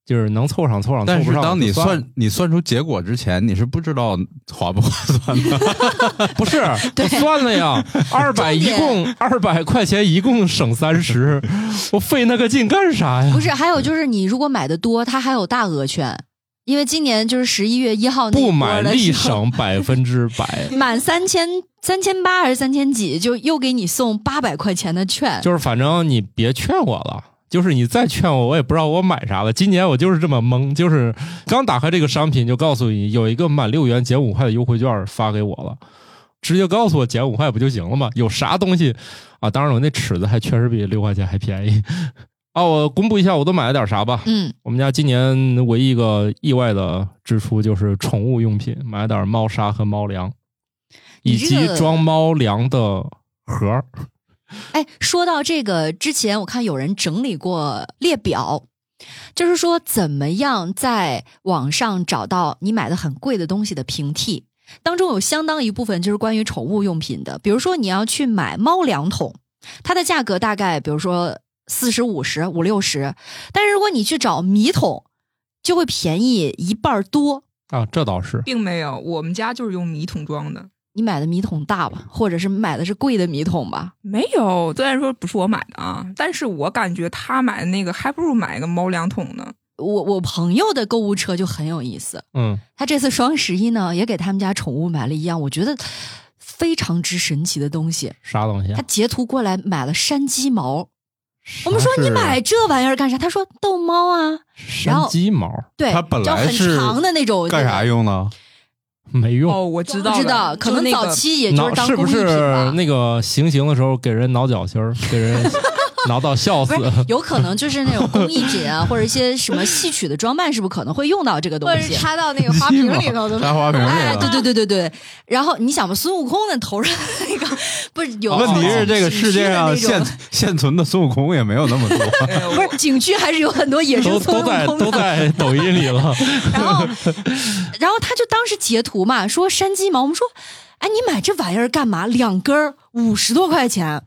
Speaker 1: 就是能凑上凑上，
Speaker 3: 但
Speaker 1: 凑
Speaker 3: 是
Speaker 1: 不上
Speaker 3: 当你
Speaker 1: 就算了
Speaker 3: 算你算出结果之前，你是不知道划不划算的。
Speaker 1: 不 是我算了呀，二百一共二百块钱，一共省三十，我费那个劲干啥呀
Speaker 2: 不？是，还有就是你如果买的多，它还有大额券，因为今年就是十一月一号那一
Speaker 1: 不
Speaker 2: 波
Speaker 1: 买
Speaker 2: 的
Speaker 1: 立
Speaker 2: 时候，
Speaker 1: 省百分之百，
Speaker 2: 满三千三千八还是三千几，就又给你送八百块钱的券。
Speaker 1: 就是反正你别劝我了。就是你再劝我，我也不知道我买啥了。今年我就是这么懵，就是刚打开这个商品就告诉你有一个满六元减五块的优惠券发给我了，直接告诉我减五块不就行了吗？有啥东西啊？当然我那尺子还确实比六块钱还便宜。啊，我公布一下我都买了点啥吧。
Speaker 2: 嗯
Speaker 1: 我们家今年唯一一个意外的支出就是宠物用品，买了点猫砂和猫粮，以
Speaker 2: 你这
Speaker 1: 及
Speaker 2: 个
Speaker 1: 装猫粮的盒儿。
Speaker 2: 哎，说到这个之前，我看有人整理过列表，就是说怎么样在网上找到你买的很贵的东西的平替。当中有相当一部分就是关于宠物用品的，比如说你要去买猫粮桶，它的价格大概比如说四十五十五六十，但是如果你去找米桶，就会便宜一半儿多。
Speaker 1: 啊，这倒是
Speaker 5: 并没有，我们家就是用米桶装的。
Speaker 2: 你买的米桶大吧，或者是买的是贵的米桶吧？
Speaker 5: 没有，虽然说不是我买的啊，但是我感觉他买的那个还不如买个猫粮桶呢。
Speaker 2: 我我朋友的购物车就很有意思，
Speaker 1: 嗯，
Speaker 2: 他这次双十一呢，也给他们家宠物买了一样我觉得非常之神奇的东西。
Speaker 1: 啥东西啊
Speaker 2: 他？截图过来买了山鸡毛，我们
Speaker 1: 啥
Speaker 2: 说你
Speaker 3: 啊
Speaker 1: 是
Speaker 2: 买这玩意儿干啥？他说逗猫啊，然
Speaker 1: 山
Speaker 2: 后
Speaker 1: 鸡毛
Speaker 2: 对，
Speaker 3: 它本
Speaker 2: 就
Speaker 3: 来
Speaker 2: 很
Speaker 3: 是
Speaker 2: 长的那种，
Speaker 3: 干啥用呢？
Speaker 1: 没用，
Speaker 5: 哦，我知道
Speaker 2: 不
Speaker 5: 了，
Speaker 2: 知道，
Speaker 5: 就
Speaker 2: 可能
Speaker 5: 那
Speaker 2: 早
Speaker 5: 个
Speaker 2: 期也就
Speaker 1: 挠
Speaker 2: 是当
Speaker 1: 是
Speaker 2: 工
Speaker 1: 不
Speaker 2: 艺品
Speaker 1: 是
Speaker 2: 吧。
Speaker 1: 那个行刑的时候给人挠脚心儿，给 人挠到笑死
Speaker 2: 不？是，有可能就是那种工艺品啊，或者一些什么戏曲的装扮，是不是可能会用到这个东
Speaker 6: 或者
Speaker 2: 西？
Speaker 6: 是插到那个花瓶里头的。
Speaker 3: 扎花瓶里
Speaker 2: 哎，对
Speaker 3: 了。
Speaker 2: 对对对对。然后你想吧，孙悟空的头上的那个不是有
Speaker 3: 问题是这个
Speaker 2: 景区
Speaker 3: 世界
Speaker 2: 的
Speaker 3: 上
Speaker 2: 那种
Speaker 3: 现现存的孙悟空也没有那么多，
Speaker 5: 哎 呦
Speaker 2: 不是景区还是有很多野生
Speaker 1: 都
Speaker 2: 孙
Speaker 1: 都
Speaker 2: 悟
Speaker 1: 在
Speaker 2: 空
Speaker 1: 都
Speaker 2: 的。
Speaker 1: 在抖音里了，
Speaker 2: 然后， 然后他就当时截图嘛，说山鸡毛，我们说，哎，你买这玩意儿干嘛？两根儿五十多块钱。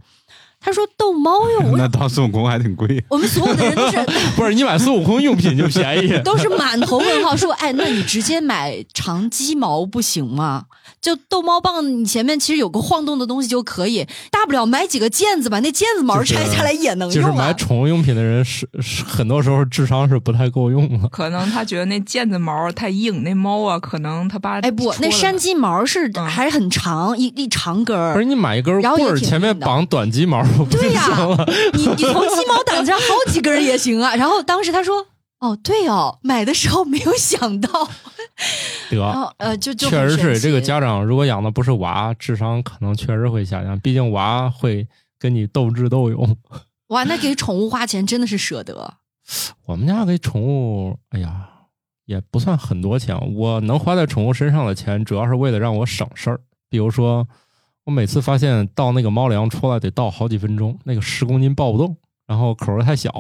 Speaker 2: 他说逗猫用，
Speaker 3: 那当孙悟空还挺贵。
Speaker 2: 我们所有的人都是，
Speaker 1: 不是你买孙悟空用品就便宜
Speaker 2: 都是满头问号，说：“哎，那你直接买长鸡毛不行吗？就逗猫棒，你前面其实有个晃动的东西就可以，大不了买几个毽子吧，那毽子毛
Speaker 1: 就是
Speaker 2: 拆下来也能
Speaker 1: 就是
Speaker 2: 用
Speaker 1: 买
Speaker 2: 啊。
Speaker 1: 宠物用品的人是是很多时候智商是不太够用的。
Speaker 5: 可能他觉得那毽子毛太硬，那猫啊，可能他爸
Speaker 2: 哎不，
Speaker 5: 戳
Speaker 2: 那
Speaker 5: 了
Speaker 2: 山
Speaker 5: 呢
Speaker 2: 鸡毛是
Speaker 5: 嗯
Speaker 2: 还是很长，一一长根
Speaker 1: 不是
Speaker 2: 儿。
Speaker 1: 你买一根
Speaker 2: 然后
Speaker 1: 棍
Speaker 2: 也
Speaker 1: 儿，
Speaker 2: 挺
Speaker 1: 前面
Speaker 2: 硬的
Speaker 1: 绑短鸡毛不就
Speaker 2: 对呀
Speaker 1: 行 了？
Speaker 2: 你你从鸡毛掸子上好几根儿也行啊。然后当时他说：“哦，对哦，买的时候没有想到。”然
Speaker 1: 得，
Speaker 2: 后呃，就就
Speaker 1: 确
Speaker 2: 很
Speaker 1: 实
Speaker 2: 神
Speaker 1: 是这个
Speaker 2: 奇
Speaker 1: 家长如果养的不是娃，智商可能确实会下降，毕竟娃会跟你斗智斗勇。
Speaker 2: 哇，那给宠物花钱真的是舍得。
Speaker 1: 我们家给宠物，哎呀，也不算很多钱。我能花在宠物身上的钱，主要是为了让我省事儿。比如说，我每次发现倒那个猫粮出来得倒好几分钟，那个十公斤抱不动，然后口儿太小，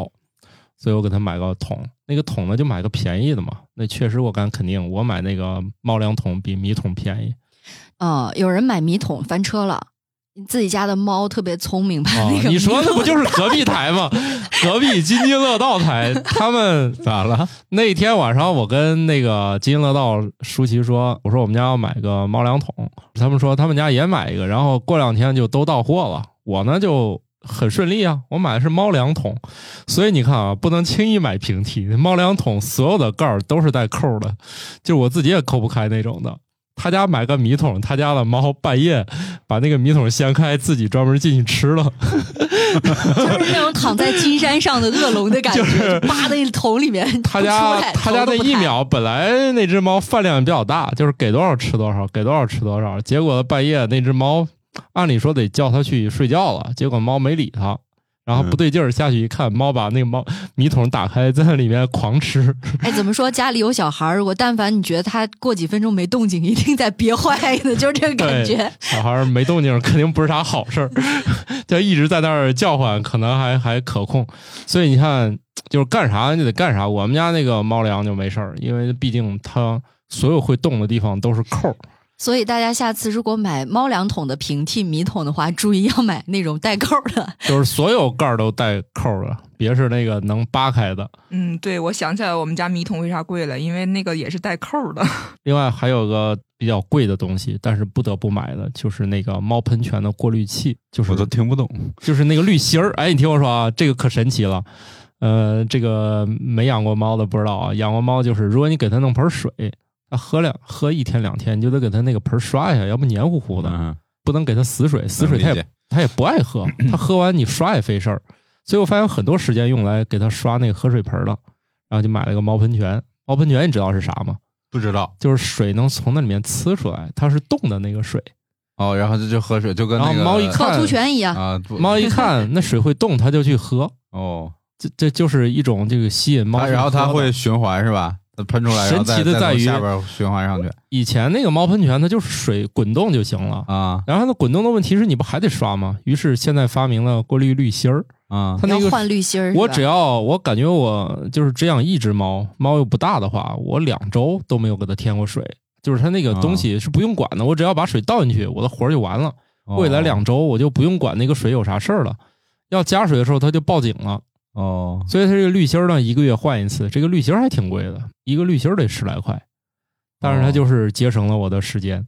Speaker 1: 所以我给它买个桶。那个桶呢，就买个便宜的嘛。那确实，我敢肯定，我买那个猫粮桶比米桶便宜。
Speaker 2: 嗯，有人买米桶翻车了，你自己家的猫特别聪明，把
Speaker 1: 啊
Speaker 2: 那个、，
Speaker 1: 你说那不就是隔壁台吗？隔壁津津乐道台，他们
Speaker 3: 咋了？
Speaker 1: 那天晚上，我跟那个津津乐道舒淇说，我说我们家要买个猫粮桶，他们说他们家也买一个，然后过两天就都到货了。我呢就很顺利啊，我买的是猫粮桶，所以你看啊，不能轻易买平替。猫粮桶所有的盖儿都是带扣儿的，就是我自己也抠不开那种的。他家买个米桶，他家的猫半夜把那个米桶掀开，自己专门进去吃了。
Speaker 2: 就是那种躺在金山上的恶龙的感觉，
Speaker 1: 就是
Speaker 2: 就扒在桶里面。
Speaker 1: 他
Speaker 2: 不
Speaker 1: 家
Speaker 2: 出来
Speaker 1: 他家
Speaker 2: 头
Speaker 1: 那
Speaker 2: 都不
Speaker 1: 一
Speaker 2: 抬
Speaker 1: 秒本来那只猫饭量比较大，就是给多少吃多少，给多少吃多少。结果半夜那只猫，按理说得叫它去睡觉了，结果猫没理它，然后不对劲儿下去一看，猫把那个猫米桶打开，在那里面狂吃。
Speaker 2: 哎，怎么说？家里有小孩儿，如果但凡你觉得他过几分钟没动静，一定在憋坏的，就是这个感觉。
Speaker 1: 小孩儿没动静，肯定不是啥好事儿， 就一直在那儿叫唤，可能还还可控。所以你看，就是干啥就得干啥。我们家那个猫粮就没事儿，因为毕竟它所有会动的地方都是扣儿。
Speaker 2: 所以大家下次如果买猫粮桶的平替米桶的话，注意要买那种带扣的。
Speaker 1: 就是所有盖儿都带扣儿的，别是那个能扒开的。
Speaker 5: 嗯，对，我想起来我们家米桶为啥贵了，因为那个也是带扣儿的。
Speaker 1: 另外还有个比较贵的东西，但是不得不买的就是那个猫喷泉的过滤器，就是
Speaker 3: 我都听不懂。
Speaker 1: 就是那个滤芯儿。哎，你听我说啊，这个可神奇了。呃，这个没养过猫的不知道啊，养过猫就是，如果你给它弄盆水，它喝两喝一天两天，你就得给它那个盆刷一下，要不黏糊糊的。
Speaker 3: 嗯，
Speaker 1: 不能给它死水，死水它
Speaker 3: 理
Speaker 1: 也
Speaker 3: 解
Speaker 1: 它也不爱 喝，它喝完你刷也费事儿。所以我发现很多时间用来给它刷那个喝水盆儿了，然后就买了个猫喷泉。猫喷泉你知道是啥吗？
Speaker 3: 不知道
Speaker 1: 就是水能从那里面呲出来，它是冻的那个 水。
Speaker 3: 哦。然后这就喝水，就跟那
Speaker 1: 然
Speaker 3: 个
Speaker 1: 后猫一看
Speaker 2: 趵突泉一样，
Speaker 3: 啊，不
Speaker 1: 猫一看那水会动，它就去喝。
Speaker 3: 哦，
Speaker 1: 这这就是一种这个吸引猫
Speaker 3: 它
Speaker 1: 去喝的。
Speaker 3: 然后它会循环是吧？喷出来，然后再
Speaker 1: 神奇的
Speaker 3: 再
Speaker 1: 在
Speaker 3: 从
Speaker 1: 于
Speaker 3: 下边循环上去
Speaker 1: 以前那个猫喷泉它就是水滚动就行了，
Speaker 3: 啊
Speaker 1: 然后它的滚动的问题是你不还得刷吗？于是现在发明了过滤滤芯儿，
Speaker 3: 啊
Speaker 1: 它那
Speaker 2: 要
Speaker 1: 个
Speaker 2: 换滤芯儿是吧，
Speaker 1: 我只要我感觉我就是只养一只猫，猫又不大的话，我两周都没有给它添过水。就是它那个东西是不用管的，我只要把水倒进去，我的活儿就完了。
Speaker 3: 哦
Speaker 1: 未来两周我就不用管那个水有啥事儿了。要加水的时候它就报警了，
Speaker 3: 哦。
Speaker 1: 所以它这个滤芯儿呢，一个月换一次。这个滤芯儿还挺贵的，一个滤芯儿得十来块，但是它就是节省了我的时间。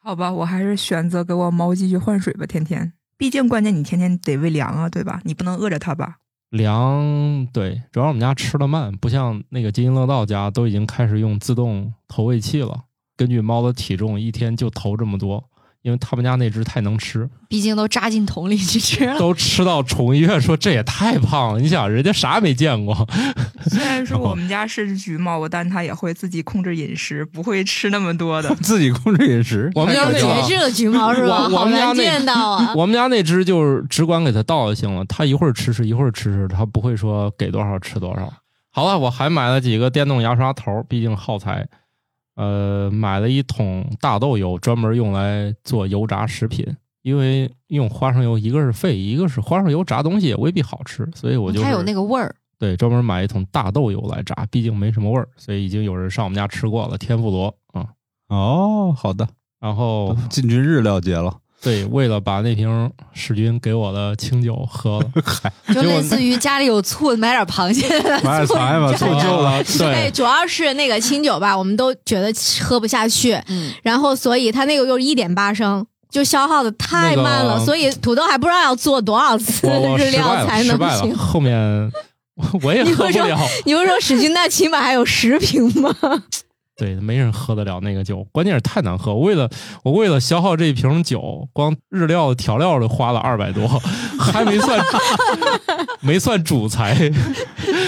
Speaker 5: 好吧，我还是选择给我猫继续换水吧，天天。毕竟关键你天天得喂粮啊，对吧？你不能饿着它吧？
Speaker 1: 粮对，主要我们家吃的慢，不像那个津津乐道家都已经开始用自动投喂器了。根据猫的体重，一天就投这么多，因为他们家那只太能吃，
Speaker 2: 毕竟都扎进桶里去吃了。
Speaker 1: 都吃到宠物医院说这也太胖了。你想，人家啥也没见过，
Speaker 5: 虽然说我们家是只橘猫，但它也会自己控制饮食，不会吃那么多的
Speaker 3: 自己控制饮食，
Speaker 1: 我们家
Speaker 3: 太可
Speaker 1: 那
Speaker 3: 笑
Speaker 1: 个
Speaker 6: 也
Speaker 3: 了
Speaker 6: 是个橘猫是吧？
Speaker 1: 我我
Speaker 6: 好
Speaker 1: 们家
Speaker 6: 难
Speaker 1: 那
Speaker 6: 见到啊！
Speaker 1: 我们家那只就是只管给它倒就行了，它一会儿吃吃，一会儿吃吃，它不会说给多少吃多少。好了，我还买了几个电动牙刷头，毕竟耗材。呃，买了一桶大豆油，专门用来做油炸食品。因为用花生油，一个是费，一个是花生油炸东西也未必好吃，所以 我就是
Speaker 2: 它嗯有那个 味儿，
Speaker 1: 对专门买一桶大豆油来炸，毕竟没什么味儿，所以已经有人上我们家吃过了，天妇罗啊、
Speaker 3: 哦，好的，
Speaker 1: 然后
Speaker 3: 进军日料界 了，
Speaker 1: 对，为了把那瓶史军给我的清酒喝 了，
Speaker 2: 就
Speaker 1: 结果
Speaker 2: 类似于家里有醋，买点 螃蟹，
Speaker 1: 哎
Speaker 3: 买点菜吧，
Speaker 2: 醋
Speaker 3: 做旧了，
Speaker 6: 对，
Speaker 1: 对，
Speaker 6: 哎主要是那个清酒吧，我们都觉得喝不下去，
Speaker 2: 嗯，
Speaker 6: 然后所以它那个又一点八升，就消耗的太慢了，
Speaker 1: 那个
Speaker 6: 所以土豆还不知道要做多少次
Speaker 1: 我我
Speaker 6: 日
Speaker 1: 失败
Speaker 6: 料
Speaker 1: 了，
Speaker 6: 才
Speaker 1: 失
Speaker 6: 能
Speaker 1: 败了。
Speaker 6: 行。
Speaker 1: 后面我也
Speaker 6: 你
Speaker 1: 喝
Speaker 6: 不
Speaker 1: 不
Speaker 6: 说
Speaker 1: 了，
Speaker 6: 你不说史军那起码还有十瓶吗？
Speaker 1: 对，没人喝得了那个酒，关键是太难喝。我为了我为了消耗这一瓶酒，光日料调料就花了二百多， 还没算 没算主材。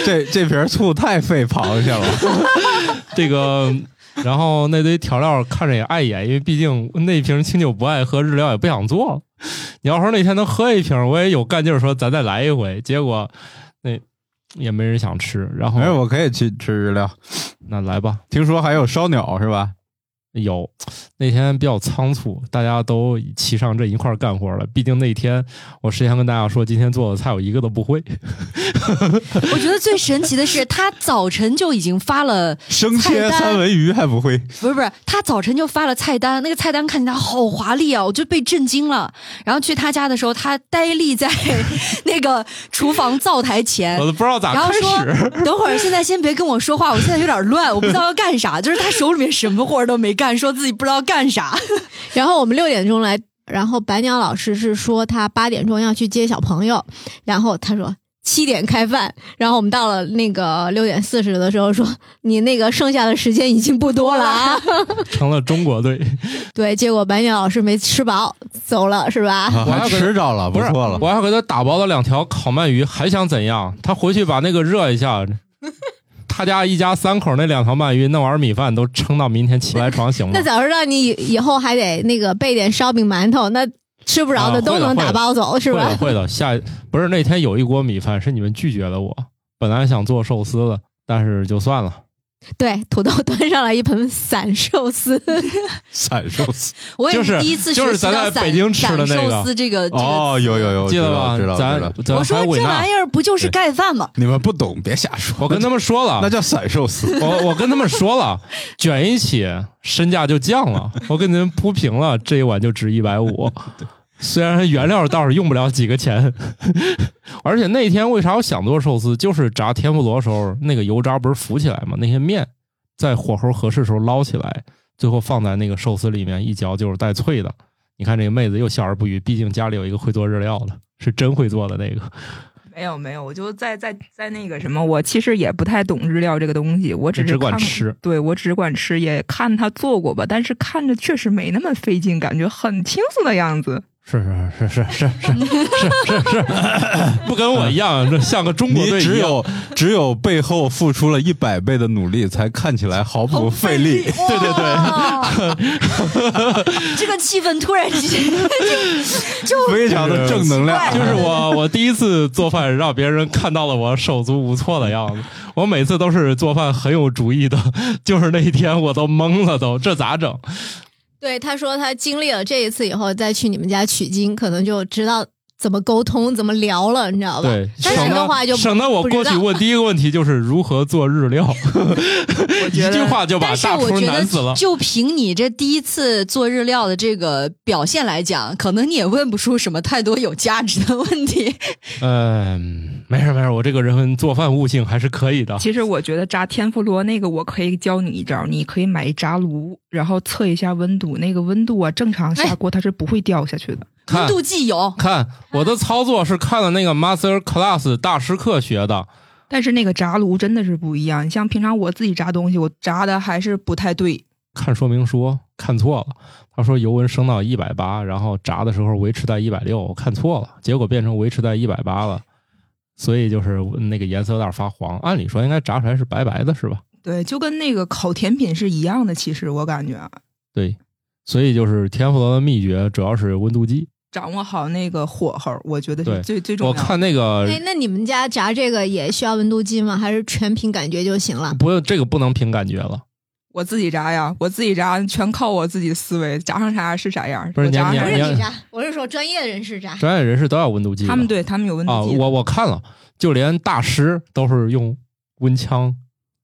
Speaker 3: 这这瓶醋太费 螃蟹了，
Speaker 1: 这个，然后那堆调料看着也碍眼，因为毕竟那瓶清酒不爱喝，日料也不想做。你要说那天能喝一瓶，我也有干劲儿，说咱再来一回。结果那也没人想吃，然后
Speaker 3: 没事，我可以去吃日料。
Speaker 1: 那来吧，
Speaker 3: 听说还有烧鸟是吧？
Speaker 1: 有那天比较仓促，大家都齐上阵一块儿干活了。毕竟那天我事先跟大家说，今天做的菜我一个都不会。
Speaker 2: 我觉得最神奇的是，他早晨就已经发了，
Speaker 3: 生切
Speaker 2: 菜单
Speaker 3: 三文鱼还不会，
Speaker 2: 不是不是，他早晨就发了菜单，那个菜单看起来好华丽啊，我就被震惊了。然后去他家的时候，他呆立在 那个厨房灶台前
Speaker 1: 我，都不知道咋
Speaker 2: 然后
Speaker 1: 开始。
Speaker 2: 说 等会儿，现在先别跟我说话，我现在有点乱，我不知道要 干啥。就是他手里面什么活儿都没干，说自己不知道干啥。
Speaker 6: 然后我们六点钟来，然后白鸟老师是说他八点钟要去接小朋友，然后他说。七点开饭，然后我们到了那个六点四十的时候说，你那个剩下的时间已经不多了啊，
Speaker 1: 成了中国队，
Speaker 6: 对，结果白鸟老师没吃饱，走了是吧？
Speaker 1: 我 还
Speaker 3: 还吃着了，不
Speaker 1: 不是
Speaker 3: 错 了。
Speaker 1: 我还给他打包了两条烤鳗鱼，还想怎样？他回去把那个热一 下。他家一家三口那两条鳗鱼，那碗米饭都撑到明天起不来床行
Speaker 6: 那
Speaker 1: 了。
Speaker 6: 早知道你以以后还得那个备点烧饼馒头，那吃不着
Speaker 1: 啊
Speaker 6: 的都
Speaker 1: 会的
Speaker 6: 能
Speaker 1: 会
Speaker 6: 打
Speaker 1: 的
Speaker 6: 包走、是
Speaker 1: 会的
Speaker 6: 吧？
Speaker 1: 会的，下一不是那天有一锅米饭是你们拒绝了我，本来想做寿司的，但是就算了。
Speaker 6: 对，土豆端上来一盆散寿司，
Speaker 3: 散寿司
Speaker 2: 我也
Speaker 1: 就是
Speaker 2: 第一次
Speaker 1: 就是
Speaker 2: 学习
Speaker 1: 咱
Speaker 2: 到
Speaker 1: 在
Speaker 2: 散
Speaker 1: 北京吃的那
Speaker 2: 散
Speaker 1: 个
Speaker 2: 寿司这个这个
Speaker 3: 哦，有有有，
Speaker 1: 记
Speaker 3: 知
Speaker 1: 得
Speaker 3: 道
Speaker 1: 吧
Speaker 3: 知？道知
Speaker 1: 咱
Speaker 3: 道。
Speaker 1: 咱
Speaker 2: 我
Speaker 1: 还
Speaker 2: 说
Speaker 1: 有
Speaker 2: 这
Speaker 1: 维纳
Speaker 2: 玩意儿不就是盖饭吗？
Speaker 3: 你们不懂，别瞎说。
Speaker 1: 我跟他们说了，，
Speaker 3: 那叫散寿司
Speaker 1: 我我跟他们说了，卷一起身价就降了，我给你们铺平了，这一碗就值一百五。虽然原料倒是用不了几个钱， 而且那天为啥我想做寿司，就是炸天妇罗的时候，那个油渣不是浮起来吗？那些面在火候合适的时候捞起来，最后放在那个寿司里面，一嚼就是带脆的。你看这个妹子又笑而不语，毕竟家里有一个会做日料的，是真会做的那个。
Speaker 5: 没有没有，我就在在在那个什么，我其实也不太懂日料这个东西，我只是
Speaker 1: 只管
Speaker 5: 看
Speaker 1: 吃。
Speaker 5: 对，我只管吃，也看他做过吧，但是看着确实没那么费劲，感觉很轻松的样子。
Speaker 1: 是是是是是是是是是，不跟我一样，这像个中国
Speaker 3: 你
Speaker 1: 队
Speaker 3: 只
Speaker 1: 一样。
Speaker 3: 有只有背后付出了一百倍的努力，才看起来毫不费力。
Speaker 1: 对对
Speaker 2: 对， 这个气氛突然之间就就
Speaker 3: 非常的正能量，
Speaker 1: 就是我，我第一次做饭让别人看到了我手足无措的样子。我每次都是做饭很有主意的，就是那一天我都懵了都，这咋整？
Speaker 6: 对，他说他经历了这一次以后，再去你们家取经，可能就知道怎么沟通、怎么聊了，你知道吧？
Speaker 1: 对，
Speaker 6: 但
Speaker 1: 省
Speaker 6: 是的话就
Speaker 1: 得省得我
Speaker 6: 不知
Speaker 1: 过去
Speaker 6: 道
Speaker 1: 问第一个问题就是如何做日料，
Speaker 5: 我
Speaker 1: 一
Speaker 5: 觉
Speaker 1: 句
Speaker 5: 得
Speaker 1: 话就 把
Speaker 2: 但是
Speaker 1: 大
Speaker 2: 我
Speaker 1: 厨
Speaker 2: 觉
Speaker 1: 难死了
Speaker 2: 得，。就凭你这第一次做日料的这个表现来讲，可能你也问不出什么太多有价值的问题。
Speaker 1: 嗯，没事没事，我这个人做饭悟性还是可以的。
Speaker 5: 其实我觉得炸天妇罗那个，我可以教你一招，你可以买一炸炉，然后测一下温度，那个温度啊，正常下锅它是不会掉下去的。
Speaker 2: 温
Speaker 1: 看
Speaker 2: 度计有，
Speaker 1: 看我的操作是看了那个 Master Class 大师课学的，
Speaker 5: 但是那个炸炉真的是不一样，你像平常我自己炸东西，我炸的还是不太对。
Speaker 1: 看说明书看错了，他说油温升到一百八，然后炸的时候维持在一百六，我看错了，结果变成维持在一百八了，所以就是那个颜色有点发黄。按理说应该炸出来是白白的，是吧？
Speaker 5: 对，就跟那个烤甜品是一样的，其实我感觉啊，
Speaker 1: 对，所以就是天妇罗的秘诀主要是温度计。
Speaker 5: 掌握好那个火候，我觉得
Speaker 1: 对
Speaker 5: 是最最重
Speaker 1: 我
Speaker 5: 要的。
Speaker 1: 看那个
Speaker 6: 哎，那你们家炸这个也需要温度计吗？还是全凭感觉就行了？
Speaker 1: 不用这个不能凭感觉了，
Speaker 5: 我自己炸呀，我自己炸，全靠我自己的思维，炸成啥是啥样。
Speaker 1: 不是
Speaker 5: 我炸
Speaker 1: 你
Speaker 5: 上
Speaker 1: 哎
Speaker 6: 不
Speaker 1: 你
Speaker 6: 是
Speaker 1: 呀
Speaker 6: 你炸，我是说专业人士炸。
Speaker 1: 专业人士都要温度计的。
Speaker 5: 他们对他们有温
Speaker 1: 啊，
Speaker 5: 度计的。
Speaker 1: 我我看了，就连大师都是用温枪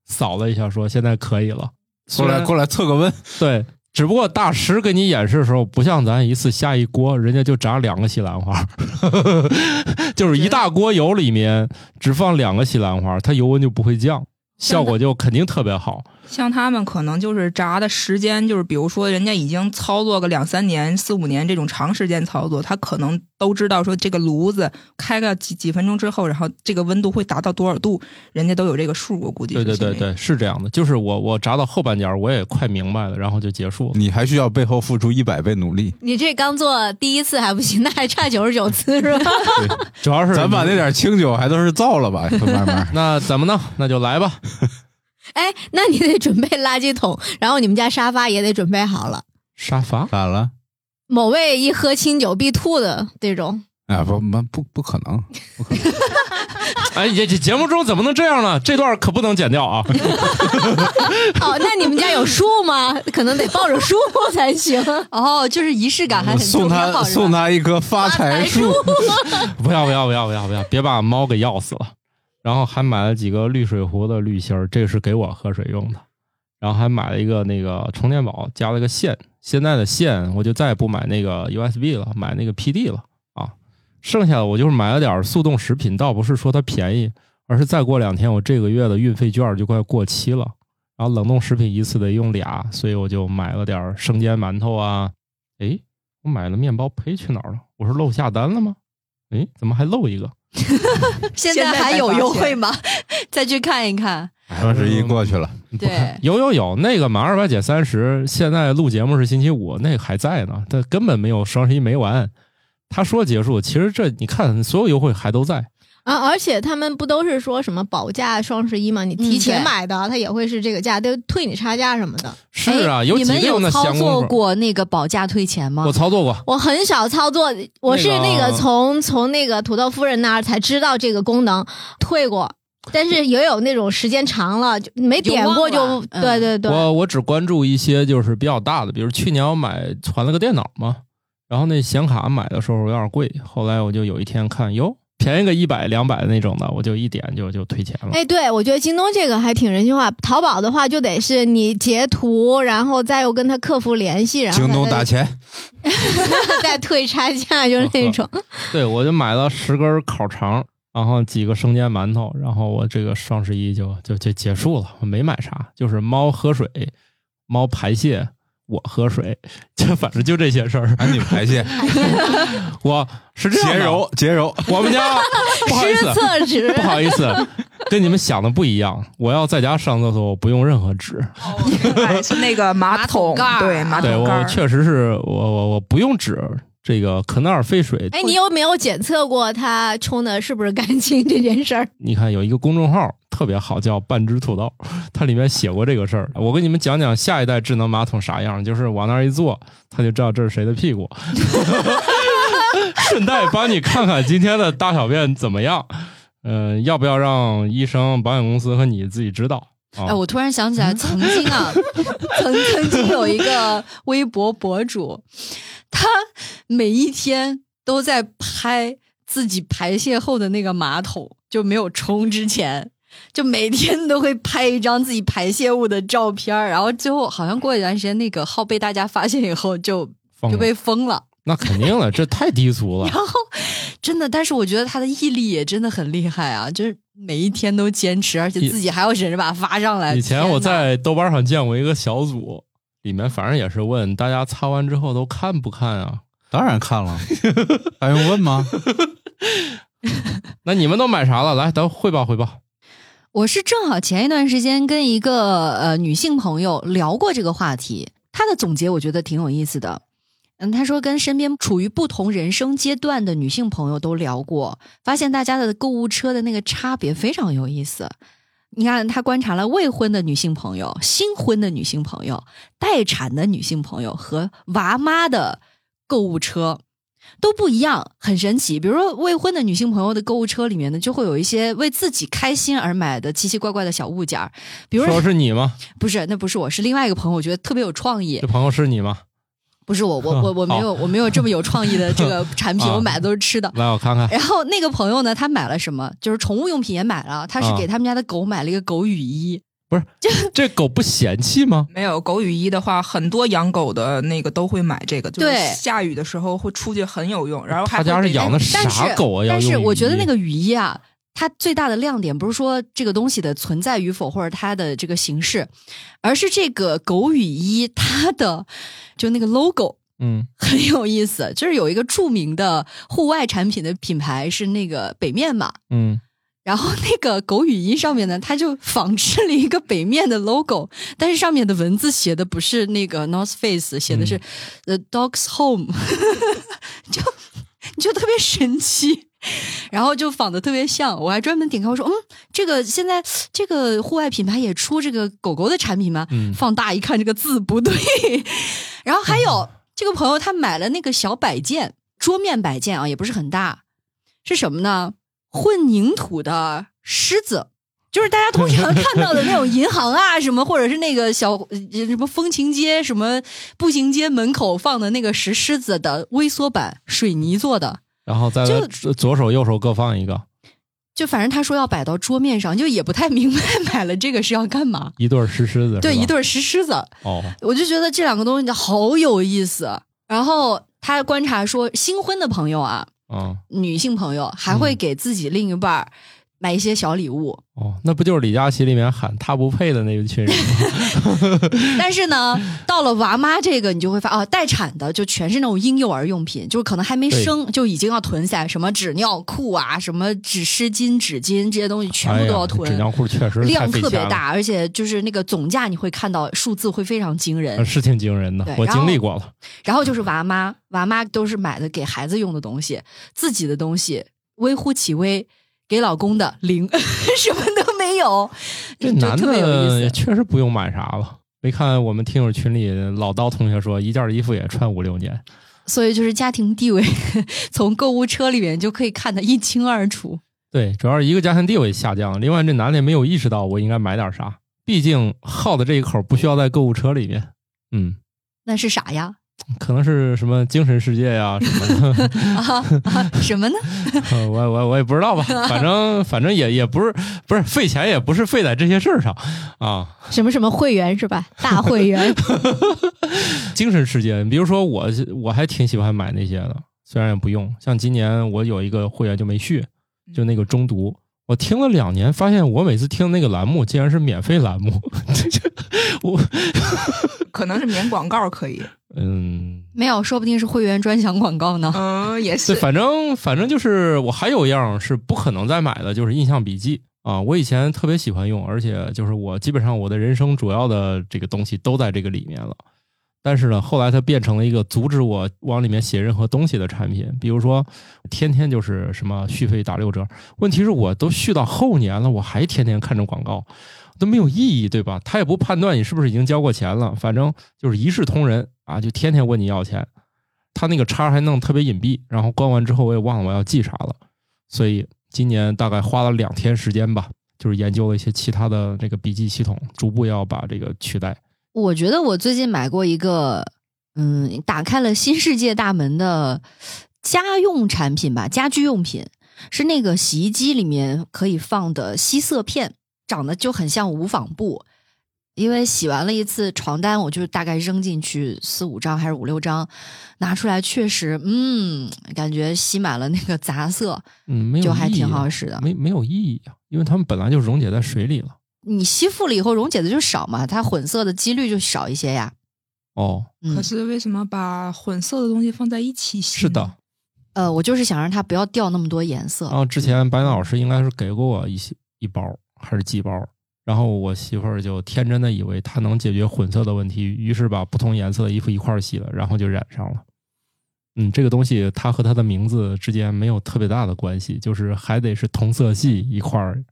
Speaker 1: 扫了一下，说现在可以了。
Speaker 3: 过来过来测个温，
Speaker 1: 对，只不过大师给你演示的时候，不像咱一次下一锅，人家就炸两个西兰花， 就是一大锅油里面只放两个西兰花，它油温就不会降，效果就肯定特别好。
Speaker 5: 像他们可能就是炸的时间，就是比如说人家已经操作个两三年、四五年这种长时间操作，他可能都知道说这个炉子开个几几分钟之后，然后这个温度会达到多少度，人家都有这个数，我估计
Speaker 1: 对对
Speaker 5: 是
Speaker 1: 对
Speaker 5: 心里
Speaker 1: 对，是这样的。就是我我炸到后半截儿，我也快明白了，然后就结束了。
Speaker 3: 你还需要背后付出一百倍努力。
Speaker 6: 你这刚做第一次还不行，那还差九十九次是吧？
Speaker 1: 主要是。
Speaker 3: 咱把那点清酒还都是造了吧，慢慢
Speaker 1: 那怎么弄？那就来吧。
Speaker 6: 哎，那你得准备垃圾桶，然后你们家沙发也得准备好了。
Speaker 1: 沙发
Speaker 3: 咋了？
Speaker 6: 某位一喝清酒必吐的这种，
Speaker 3: 啊不不不不可能！
Speaker 1: 哎，这这节目中怎么能这样呢？这段可不能剪掉啊！
Speaker 6: 哦，那你们家有树吗？可能得抱着树才 行。
Speaker 2: 哦，就是仪式感还很
Speaker 3: 送
Speaker 2: 重
Speaker 3: 他
Speaker 2: 要，是吧
Speaker 3: 送他一棵发财树，
Speaker 1: 不要不要不要不要不要，别把猫给药死了。然后还买了几个滤水壶的滤芯儿，这个是给我喝水用的。然后还买了一个那个充电宝，加了个线。现在的线我就再也不买那个 USB 了，买那个 PD 了啊。剩下的我就是买了点儿速冻食品，倒不是说它便宜，而是再过两天我这个月的运费券儿就快过期了。然后冷冻食品一次得用俩，所以我就买了点儿生煎馒头啊。诶，我买了面包胚去哪儿了？我是漏下单了吗？诶，怎么还漏一个？
Speaker 2: 现在还有优惠吗？ 再去看一看。
Speaker 3: 双十一过去了，
Speaker 2: 对，
Speaker 1: 有有有，那个满二百减三十，现在录节目是星期五，那个还在呢，但根本没有双十一没完。他说结束，其实这你看，所有优惠还都在。
Speaker 6: 啊，而且他们不都是说什么保价双十一吗？你提
Speaker 2: 嗯
Speaker 6: 前
Speaker 2: 对
Speaker 6: 买的，它也会是这个价，都退你差价什么的。
Speaker 1: 是
Speaker 2: 哎
Speaker 1: 啊，有
Speaker 2: 你
Speaker 1: 几
Speaker 2: 们
Speaker 1: 个
Speaker 2: 有
Speaker 1: 那
Speaker 2: 操
Speaker 1: 闲
Speaker 2: 作
Speaker 1: 工夫，
Speaker 2: 过那个保价退钱吗
Speaker 1: 我？操作过。
Speaker 6: 我很少操作，我是那
Speaker 1: 那
Speaker 6: 个
Speaker 1: 个
Speaker 6: 从、从那个土豆夫人那儿才知道这个功能，退过，但是也有那种时间长了就没点过
Speaker 2: 就忘
Speaker 6: 就
Speaker 2: 了，嗯
Speaker 6: 对对对，
Speaker 1: 我我只关注一些就是比较大的，比如去年我买攒了个电脑嘛，然后那显卡买的时候有点贵，后来我就有一天看，哟，便宜个一百两百的那种的，我就一点就就退钱了。
Speaker 6: 哎，对，我觉得京东这个还挺人性化。淘宝的话，就得是你截图，然后再又跟他客服联系，然后
Speaker 3: 京东
Speaker 6: 他
Speaker 3: 打钱，
Speaker 6: 再 再退差价，就是那种。
Speaker 1: 对，我就买了十根烤肠，然后几个生煎馒头，然后我这个双十一就就就结束了，我没买啥，就是猫喝水，猫排泄，我喝水，就反正就这些事儿。
Speaker 3: 赶紧 排泄，
Speaker 1: 我是这样
Speaker 3: 洁
Speaker 1: 的，
Speaker 3: 柔洁柔。
Speaker 1: 我们 家不好意
Speaker 6: 失
Speaker 1: 思，
Speaker 6: 厕纸
Speaker 1: 不，好意思，跟你们想的不一样。我要在家上厕所，我不用任何纸。
Speaker 5: 哎是那个马
Speaker 2: 马桶
Speaker 5: 桶
Speaker 2: 盖儿
Speaker 5: 对马
Speaker 1: 对
Speaker 5: 桶盖
Speaker 1: 我
Speaker 5: 儿，
Speaker 1: 确实是我我我不用纸，这个可纳尔废水，
Speaker 6: 哎，你有没有检测过它冲的是不是干净这件事 儿？
Speaker 1: 你看有一个公众号特别好，叫半只土豆， 它里面写过这个事儿。我跟你们讲讲下一代智能马桶啥样，就是往那儿一坐，它就知道这是谁的屁股， 顺带帮你看看今天的大小便怎么样。呃，要不要让医生、保险公司和你自己指导？啊
Speaker 2: 哎，我突然想起来，曾经啊，曾 曾经有一个微博博主，他每一天都在拍自己排泄后的那个马桶，就没有冲之前，就每天都会拍一张自己排泄物的照片儿，然后最后好像过一段时间，那个号被大家发现以后就
Speaker 1: 放
Speaker 2: 就
Speaker 1: 了
Speaker 2: 被封了。
Speaker 1: 那肯定了，这太低俗了
Speaker 2: 然。后真的，但是我觉得他的毅力也真的很厉害啊， 就是每一天都坚持，而且
Speaker 1: 以
Speaker 2: 自己还要忍着把它发上来。
Speaker 1: 以前我
Speaker 2: 哎天哪
Speaker 1: 在豆瓣上见过一个小组，里面反正也是问大家擦完之后都看不看啊？
Speaker 3: 当然看了，还用问 吗？
Speaker 1: 那你们都买啥了？来，咱汇报汇报。
Speaker 2: 我是正好前一段时间跟一个呃女性朋友聊过这个话题，她的总结我觉得挺有意思的。嗯，她说跟身边处于不同人生阶段的女性朋友都聊过，发现大家的购物车的那个差别非常有意思。你看，她观察了未婚的女性朋友、新婚的女性朋友、待产的女性朋友和娃妈的购物车。都不一样，很神奇。比如说，未婚的女性朋友的购物车里面呢，就会有一些为自己开心而买的奇奇怪怪的小物件儿，比如
Speaker 1: 说
Speaker 2: 说
Speaker 1: 是你 吗？
Speaker 2: 不是，那不是我，是另外一个朋友，我觉得特别有创意
Speaker 1: 这。朋友是你吗？
Speaker 2: 不是我， 我我我没有我没有这么有创意的这个产品，
Speaker 1: 啊
Speaker 2: 我买的都是吃的。
Speaker 1: 来，我看看。
Speaker 2: 然后那个朋友呢，他买了什么？就是宠物用品也买了，他是
Speaker 1: 啊
Speaker 2: 给他们家的狗买了一个狗雨衣。
Speaker 1: 这狗不嫌弃吗？
Speaker 5: 没有狗雨衣的话，很多养狗的那个都会买这个，就是
Speaker 2: 对
Speaker 5: 下雨的时候会出去很有用。然后还
Speaker 1: 他家
Speaker 5: 会
Speaker 1: 是
Speaker 5: 给
Speaker 1: 养的
Speaker 2: 但是
Speaker 1: 哦啥狗啊？要
Speaker 2: 但是
Speaker 1: 用
Speaker 2: 我觉得
Speaker 1: 雨衣
Speaker 2: 那个雨衣啊，它最大的亮点不是说这个东西的存在与否，或者它的这个形式，而是这个狗雨衣它的就那个 logo。
Speaker 1: 嗯，
Speaker 2: 很有意思，就是有一个著名的户外产品的品牌是那个北面嘛，
Speaker 1: 嗯，
Speaker 2: 然后那个狗雨衣上面呢，它就仿制了一个北面的 logo，但是上面的文字写的不是那个 North Face，写的是 The Dog's Home，就你就特别神奇，然后就仿的特别像。我还专门点开我说，嗯，这个现在这个户外品牌也出这个狗狗的产品吗？
Speaker 1: 嗯
Speaker 2: 放大一看，这个字不对。 然后还有这个朋友他买了那个小摆件，桌面摆件啊，也不是很大，是什么呢？混凝土的狮子，就是大家通常看到的那种银行啊，什么或者是那个小呃什么风情街、什么步行街门口放的那个石狮子的微缩版，水泥做的。
Speaker 1: 然后再
Speaker 2: 就
Speaker 1: 左左手右手各放一个，
Speaker 2: 就反正他说要摆到桌面上，就也不太明白买了这个是要干嘛。
Speaker 1: 一对儿石狮子，
Speaker 2: 对，
Speaker 1: 是吧
Speaker 2: 一对石狮子，
Speaker 1: 哦，
Speaker 2: 我就觉得这两个东西好有意思。然后他观察说，新婚的朋友啊，
Speaker 1: 嗯，
Speaker 2: 女性朋友还会
Speaker 1: 嗯
Speaker 2: 给自己另一半儿买一些小礼物。
Speaker 1: 哦，那不就是李佳琦里面喊他不配的那一群 人吗？
Speaker 2: 但是呢，到了娃妈这个，你就会发啊，待产的就全是那种婴幼儿用品，就是可能还没
Speaker 1: 对
Speaker 2: 生就已经要囤下什么纸尿裤啊，什么纸湿巾、纸巾这些东西全部都要
Speaker 1: 哎呀纸
Speaker 2: 囤，
Speaker 1: 尿裤确实是太
Speaker 2: 量
Speaker 1: 费
Speaker 2: 特别
Speaker 1: 钱了，
Speaker 2: 大，而且就是那个总价你会看到数字会非常惊人
Speaker 1: 呃。是挺惊人的
Speaker 2: 对，
Speaker 1: 我
Speaker 2: 然后
Speaker 1: 经历过了。
Speaker 2: 然后就是娃妈，娃妈都是买的给孩子用的东西，自己的东西微乎其微，给老公的零， 什么都没有，
Speaker 1: 这
Speaker 2: 就
Speaker 1: 男
Speaker 2: 特别有
Speaker 1: 的
Speaker 2: 意
Speaker 1: 也
Speaker 2: 思。
Speaker 1: 确实不用买啥了。没看我们听友群里老刀同学说，一件衣服也穿五六年。
Speaker 2: 所以就是家庭地位 从购物车里面就可以看得一清二楚。
Speaker 1: 对，主要是一个家庭地位下降，另外这男的也没有意识到我应该买点啥，毕竟耗的这一口不需要在购物车里面。嗯，
Speaker 2: 那是啥呀？
Speaker 1: 可能是什么精神世界呀、什么的，
Speaker 2: 啊，啊什么呢？
Speaker 1: 呃 我我我也不知道吧，反正反正也也不是不是费钱，也不是费在这些事儿上啊。
Speaker 6: 什么什么会员是吧？大 会员
Speaker 1: 精神世界，比如说我我还挺喜欢买那些的，虽然也不用。像今年我有一个会员就没续，就那个中毒。我听了两年，发现我每次听那个栏目竟然是免费栏目， 我
Speaker 5: 可能是免广告 可以，
Speaker 1: 嗯，
Speaker 2: 没有，说不定是会员专享广告呢。
Speaker 5: 嗯，也
Speaker 1: 对，
Speaker 5: 是。
Speaker 1: 反正反正就是我还有一样是不可能再买的，就是印象笔记啊，我以前特别喜欢用，而且就是我基本上我的人生主要的这个东西都在这个里面了。但是呢，后来它变成了一个阻止我往里面写任何东西的产品，比如说天天就是什么续费打六折。问题是我都续到后年了，我还天天看着广告，都没有意义，对吧？他也不判断你是不是已经交过钱了，反正就是一视同仁啊，就天天问你要钱。他那个叉还弄得特别隐蔽，然后关完之后我也忘了我要记啥了，所以今年大概花了两天时间吧，就是研究了一些其他的这个笔记系统，逐步要把这个取代。
Speaker 2: 我觉得我最近买过一个，嗯，打开了新世界大门的家用产品吧，家居用品是那个洗衣机里面可以放的吸色片，长得就很像无纺布。因为洗完了一次床单，我就大概扔进去四五张还是五六张，拿出来确实，嗯，感觉吸满了那个杂色，
Speaker 1: 嗯，没有
Speaker 2: 就还
Speaker 1: 意义
Speaker 2: 挺
Speaker 1: 啊
Speaker 2: 好使的。
Speaker 1: 没没有意义啊，因为它们本来就溶解在水里了。
Speaker 2: 你吸附了以后溶解的就少嘛，它混色的几率就少一些呀。
Speaker 1: 哦，
Speaker 2: 嗯
Speaker 5: 可，是为什么把混色的东西放在一起洗？
Speaker 1: 是的，，
Speaker 2: 呃，我就是想让它不要掉那么多颜色。
Speaker 1: 然后之前白老师应该是给过我一些一包还是几包，然后我媳妇儿就天真的以为它能解决混色的问题，于是把不同颜色的衣服一块儿洗了，然后就染上了。嗯，这个东西它和它的名字之间没有特别大的关系，就是还得是同色系一块儿，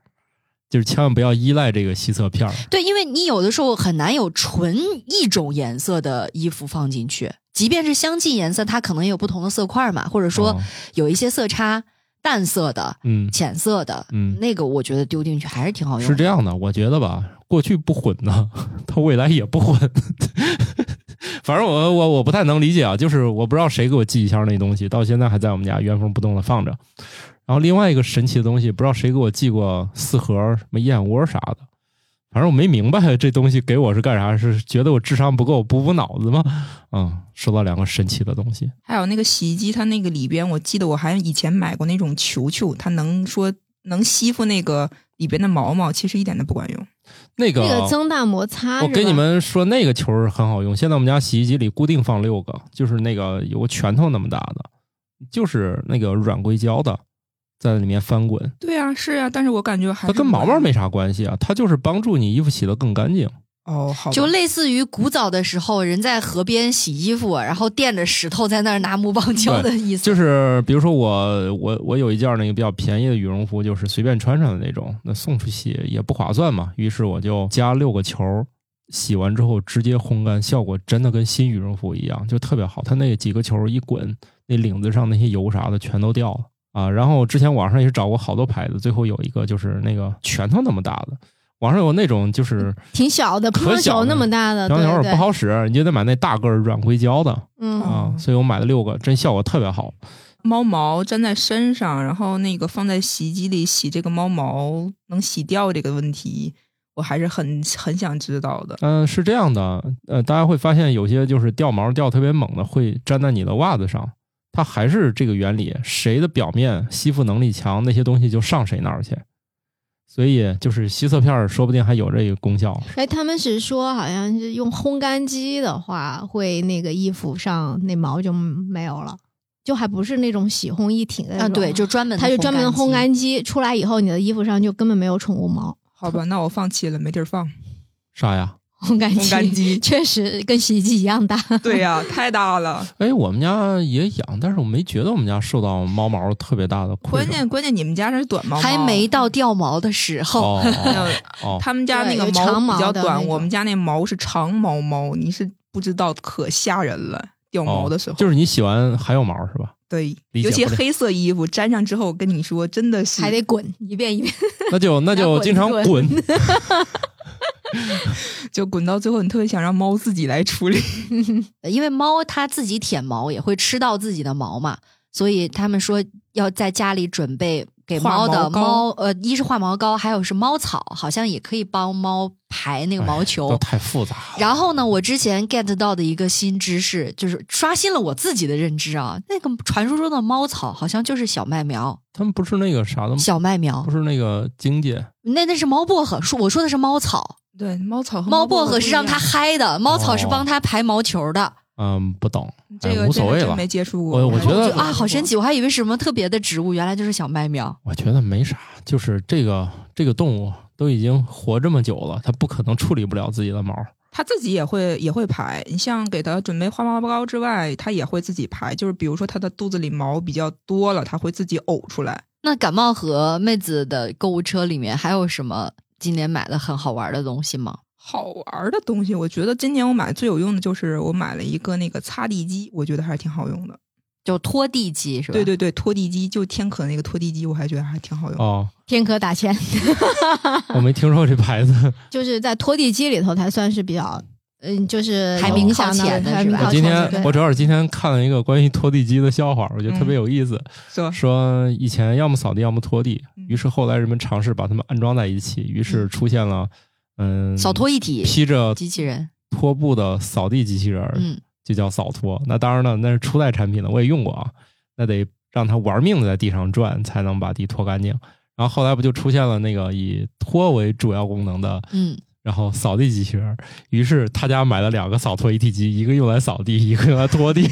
Speaker 1: 就是千万不要依赖这个吸色片儿。
Speaker 2: 对，因为你有的时候很难有纯一种颜色的衣服放进去，即便是相近颜色，它可能也有不同的色块嘛，或者说
Speaker 1: 哦
Speaker 2: 有一些色差，淡色的、
Speaker 1: 嗯，
Speaker 2: 浅色的，
Speaker 1: 嗯
Speaker 2: 那个我觉得丢进去还是挺好用的。
Speaker 1: 是这样的，我觉得吧，过去不混呢， 它未来也不混。 反正我我我不太能理解啊，就是我不知道谁给我寄一箱那东西，到现在还在我们家原封不动的放着。然后另外一个神奇的东西，不知道谁给我寄过四盒什么燕窝啥的，反正我没明白这东西给我是干啥，是觉得我智商不够补补脑子吗？嗯，收到两个神奇的东西，
Speaker 5: 还有那个洗衣机，它那个里边，我记得我还以前买过那种球球，它能说能吸附那个里边的毛毛，其实一点都不管用。
Speaker 1: 那个
Speaker 6: 那个增大摩擦，
Speaker 1: 啊我
Speaker 6: 是
Speaker 1: 跟你
Speaker 6: 吧
Speaker 1: 们说，那个球儿很好用。现在我们家洗衣机里固定放六个，就是那个有个拳头那么大的，就是那个软硅胶的，在里面翻滚。
Speaker 5: 对啊，是啊，但是我感觉还
Speaker 1: 它
Speaker 5: 是
Speaker 1: 跟
Speaker 5: 不
Speaker 1: 毛
Speaker 5: 管
Speaker 1: 毛
Speaker 5: 用
Speaker 1: 没啥关系啊，它就是帮助你衣服洗得更干净。
Speaker 5: 哦，好吧
Speaker 1: 啊
Speaker 2: 就类似于古早的时候，人在河边洗衣服，然后垫着石头在那儿拿木棒 敲的意思。
Speaker 1: 就是比如说我我我有一件那个比较便宜的羽绒服，就是随便穿穿的那种，那送出去也不划算嘛。于是我就加六个球儿，洗完之后直接烘干，效果真的跟新羽绒服一样，就特别好。它那几个球儿一滚，那领子上那些油啥的全都掉了啊。然后之前网上也是找过好多牌子，最后有一个就是那个拳头那么大的，网上有那种就是
Speaker 6: 嗯挺小的，乒
Speaker 1: 可
Speaker 6: 乓
Speaker 1: 小
Speaker 6: 球
Speaker 1: 了
Speaker 6: 那么大的，
Speaker 1: 小鸟
Speaker 6: 对
Speaker 1: 儿
Speaker 6: 对
Speaker 1: 不，好使，你就得买那大个儿软硅胶的
Speaker 6: 嗯，
Speaker 1: 啊
Speaker 5: 哦。
Speaker 1: 所以我买了六个，真效果特别好。
Speaker 5: 猫毛粘在身上，然后那个放在洗衣机里洗这个猫毛能洗掉这个问题，我还是很很想知道的。
Speaker 1: 嗯、是这样的，呃，大家会发现有些就是掉毛掉特别猛的，会粘在你的袜子上。它还是这个原理，谁的表面吸附能力强，那些东西就上谁那儿去。所以就是吸色片儿，说不定还有这个功效。
Speaker 6: 哎，他们是说好像是用烘干机的话，会那个衣服上那毛就没有了，就还不是那种洗烘一体的那
Speaker 2: 啊，
Speaker 6: 种
Speaker 2: 对，就专门
Speaker 6: 它就专门的烘
Speaker 2: 干机。
Speaker 6: 干机出来以后，你的衣服上就根本没有宠物毛。
Speaker 5: 好吧，那我放弃了，没地儿 放。
Speaker 1: 啥呀？
Speaker 6: 烘干机，
Speaker 5: 烘干机
Speaker 6: 确实跟洗衣机一样大。
Speaker 5: 对呀、太大了。
Speaker 1: 哎，我们家也养，但是我没觉得我们家受到猫毛特别大的困
Speaker 5: 关
Speaker 1: 扰。
Speaker 5: 键关键，你们家是短毛毛，
Speaker 2: 还没到掉毛的时候，
Speaker 1: 哦
Speaker 5: 没有
Speaker 1: 哦哦，
Speaker 5: 他们家那
Speaker 6: 对
Speaker 5: 个
Speaker 6: 有长
Speaker 5: 毛
Speaker 6: 毛
Speaker 5: 比较
Speaker 6: 的
Speaker 5: 短，
Speaker 6: 那
Speaker 5: 我们
Speaker 6: 种
Speaker 5: 家那毛是长毛猫，你是不知道，可吓人了。掉毛的时候，
Speaker 1: 就是你洗完还有毛是吧？
Speaker 5: 对，
Speaker 1: 理解
Speaker 5: 尤其
Speaker 1: 不了
Speaker 5: 黑色衣服粘上之后，跟你说真的是
Speaker 6: 还得滚一遍一遍，
Speaker 1: 那就那就经常滚。
Speaker 5: 就滚到最后，你特别想让猫自己来处理。
Speaker 2: 因为猫它自己舔毛也会吃到自己的毛嘛，所以他们说要在家里准备给猫的
Speaker 5: 化毛膏
Speaker 2: 猫，呃，一是化毛膏，还有是猫草，好像也可以帮猫排那个毛
Speaker 1: 都
Speaker 2: 球。
Speaker 1: 太复杂了。
Speaker 2: 然后呢，我之前 get 到的一个新知识，就是刷新了我自己的认知啊。那个传说中的猫草好像就是小麦苗，
Speaker 1: 他们不是那个啥的吗？
Speaker 2: 小麦苗
Speaker 1: 不，是那个荆芥。
Speaker 2: 那那是猫薄荷，说我说的是猫草，
Speaker 5: 对，猫草和
Speaker 2: 猫
Speaker 5: 哦薄
Speaker 2: 薄荷
Speaker 5: 不
Speaker 2: 是
Speaker 5: 一
Speaker 2: 让
Speaker 5: 样
Speaker 2: 它嗨的，猫草是
Speaker 1: 哦
Speaker 2: 帮它排毛球的。
Speaker 1: 嗯，不懂。
Speaker 5: 这个
Speaker 1: 哎无所
Speaker 5: 真的
Speaker 1: 谓
Speaker 5: 真
Speaker 1: 了
Speaker 5: 没接触过。
Speaker 1: 我我觉
Speaker 5: 还
Speaker 1: 得
Speaker 5: 没
Speaker 2: 就
Speaker 5: 接触
Speaker 2: 啊，好
Speaker 5: 过
Speaker 2: 神！奇！我还以为是什么特别的植物，原来就是小麦苗。
Speaker 1: 我觉得没啥，就是这个这个动物都已经活这么久了，它不可能处理不了自己的毛。
Speaker 5: 他自己也会也会排。你像给他准备花毛膏之外，他也会自己排。就是比如说他的肚子里毛比较多了，他会自己呕出来。
Speaker 2: 那感冒和妹子的购物车里面还有什么今年买的很好玩的东西吗？
Speaker 5: 好玩的东西，我觉得今年我买最有用的就是我买了一个那个擦地机，我觉得还是挺好用的。
Speaker 2: 就拖地机是吧？
Speaker 5: 对，对对，拖地机就天可那个拖地机，我还觉得还挺好用。
Speaker 1: 哦，
Speaker 6: 天可打钱，
Speaker 1: 我没听说过这牌 子。
Speaker 6: 就是在拖地机里头才算是比较，嗯，就是
Speaker 2: 排
Speaker 6: 有
Speaker 2: 名
Speaker 6: 影响
Speaker 2: 靠前的
Speaker 6: 的，排
Speaker 2: 是吧我
Speaker 6: 名
Speaker 1: 我
Speaker 6: 靠
Speaker 1: 今
Speaker 6: 前
Speaker 1: 天
Speaker 6: 的。对
Speaker 1: 我正好今天看了一个关于拖地机的笑话，我觉得
Speaker 2: 嗯
Speaker 1: 特别有意思。
Speaker 5: 是吧？
Speaker 1: 说以前要么扫地，要么拖地，
Speaker 5: 嗯
Speaker 1: 于是后来人们尝试把它们安装在一起，于是出现了嗯，
Speaker 2: 扫拖一体
Speaker 1: 披着
Speaker 2: 机器人，
Speaker 1: 拖布的扫地机器人儿，
Speaker 2: 嗯，
Speaker 1: 就叫扫拖。那当然了，那是初代产品了，我也用过啊，那得让它玩命的在地上转，才能把地拖干净。然后后来不就出现了那个以拖为主要功能的
Speaker 2: 嗯，
Speaker 1: 然后扫地机器人儿，于是他家买了两个扫拖一体机，一个用来扫地，一个用来拖地。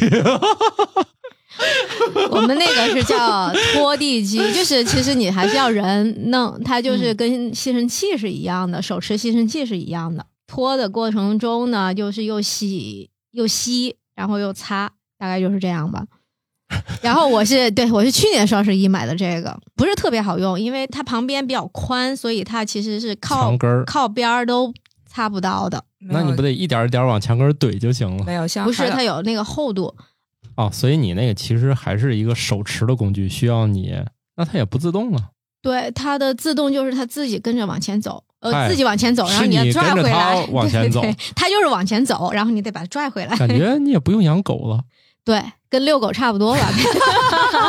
Speaker 6: 我们那个是叫拖地机，就是其实你还是要人弄，它
Speaker 2: 嗯
Speaker 6: 就是跟吸尘器是一样的，手持吸尘器是一样的。拖的过程中呢，就是又洗又吸，然后又擦，大概就是这样吧。然后我是对我是去年双十一买的这个，不是特别好用，因为它旁边比较宽，所以它其实是靠
Speaker 1: 墙根儿
Speaker 6: 靠边儿都擦不到的。
Speaker 5: 没有
Speaker 1: 那你不得一点儿一点儿往墙根儿怼就行了
Speaker 5: 没有像
Speaker 6: 不是，
Speaker 5: 还有
Speaker 6: 它有那个厚度，
Speaker 1: 哦，所以你那个其实还是一个手持的工具，需要你，那它也不自动啊了，
Speaker 6: 对，它的自动就是它自己跟着往前走，
Speaker 1: 哎
Speaker 6: 呃，自己往前走，然后
Speaker 1: 是
Speaker 6: 要
Speaker 1: 你
Speaker 6: 拽
Speaker 1: 跟着
Speaker 6: 回
Speaker 1: 它
Speaker 6: 来，
Speaker 1: 往前走
Speaker 6: 对对对，它就是往前走，然后你得把它 拽回来。
Speaker 1: 感觉你也不用养狗了。
Speaker 6: 对，跟遛狗差不 多吧。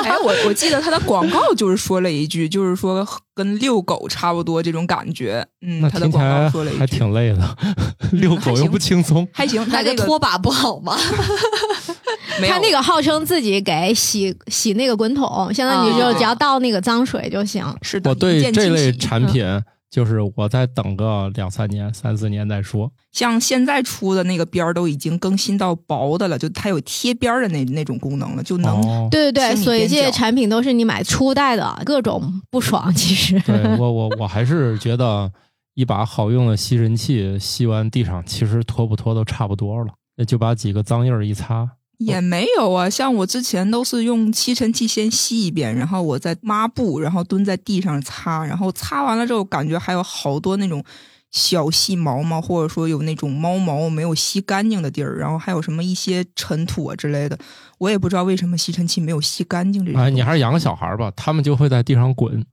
Speaker 5: 哎，我我记得他的广告就是说了一句，就是说跟遛狗差不多这种感觉。嗯
Speaker 1: 那，
Speaker 5: 他的
Speaker 1: 听起
Speaker 5: 广告
Speaker 1: 来
Speaker 5: 说了一句，
Speaker 1: 还挺累 的，遛狗又不轻松。
Speaker 5: 还行。他
Speaker 2: 买
Speaker 5: 这
Speaker 2: 个
Speaker 5: 个
Speaker 2: 拖把不好吗？
Speaker 5: 没有
Speaker 6: 他那个号称自己给洗洗那个滚筒，相当于就
Speaker 2: 哦
Speaker 6: 是只要倒那个脏水就行。
Speaker 5: 是的，
Speaker 1: 我
Speaker 5: 一
Speaker 1: 对
Speaker 5: 键
Speaker 1: 这
Speaker 5: 惊
Speaker 1: 类
Speaker 5: 喜嗯
Speaker 1: 产品，就是我再等个两三年、三四年再说。
Speaker 5: 像现在出的那个边儿都已经更新到薄的了，就它有贴边儿的那那种功能了，就能、
Speaker 1: 哦，
Speaker 6: 对
Speaker 5: 心
Speaker 6: 对对，
Speaker 5: 理
Speaker 6: 所以
Speaker 5: 边
Speaker 6: 这些
Speaker 5: 角
Speaker 6: 产品都是你买初代的，各种不爽。其实，
Speaker 1: 对我我我还是觉得一把好用的吸尘器吸完地上，其实拖不拖都差不多了，那就把几个脏印儿一擦。
Speaker 5: 也没有啊。像我之前都是用吸尘器先吸一遍，然后我再抹布，然后蹲在地上擦，然后擦完了之后感觉还有好多那种。小细毛毛，或者说有那种猫毛没有吸干净的地儿，然后还有什么一些尘土啊之类的，我也不知道为什么吸尘器没有吸干净这种东
Speaker 1: 哎，
Speaker 5: 西。
Speaker 1: 你还是养个小孩儿吧，他们就会在地上滚。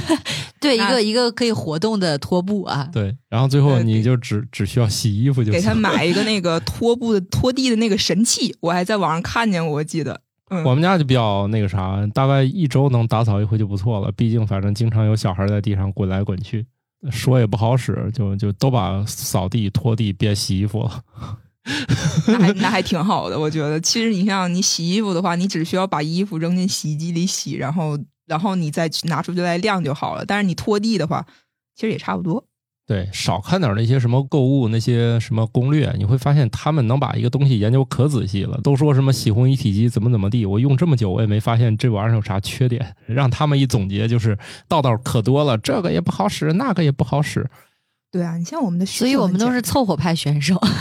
Speaker 2: 对，一
Speaker 5: 那
Speaker 2: 个一个可以活动的拖布啊，
Speaker 1: 对，然后最后
Speaker 5: 呃
Speaker 1: 你
Speaker 5: 给
Speaker 1: 就只只需要洗衣服就
Speaker 5: 给他
Speaker 1: 行。
Speaker 5: 买一个那个拖布的拖地的那个神器， 我还在网上看见过，我记得。 嗯，
Speaker 1: 我们家就比较那个啥，大概一周能打扫一回就不错了。毕竟反正经常有小孩儿在地上滚来滚去，说也不好使，就就都把扫地、拖地变洗衣服了。
Speaker 5: 那还那还挺好的，我觉得。其实你像你洗衣服的话，你只需要把衣服扔进洗衣机里洗，然后然后你再去拿出来晾就好了。但是你拖地的话，其实也差不多。
Speaker 1: 对，少看点那些什么购物那些什么攻略，你会发现他们能把一个东西研究可仔细了。都说什么洗烘一体机怎么怎么地，我用这么久我也没发现这玩意儿有啥缺点。让他们一总结就是道道可多了，这个也不好使，那个也不好 使。
Speaker 5: 对啊，你像我们的需求
Speaker 2: 所
Speaker 5: 很
Speaker 2: 以
Speaker 5: 简
Speaker 2: 我
Speaker 5: 单，
Speaker 2: 们都是凑合派选手，
Speaker 1: 啊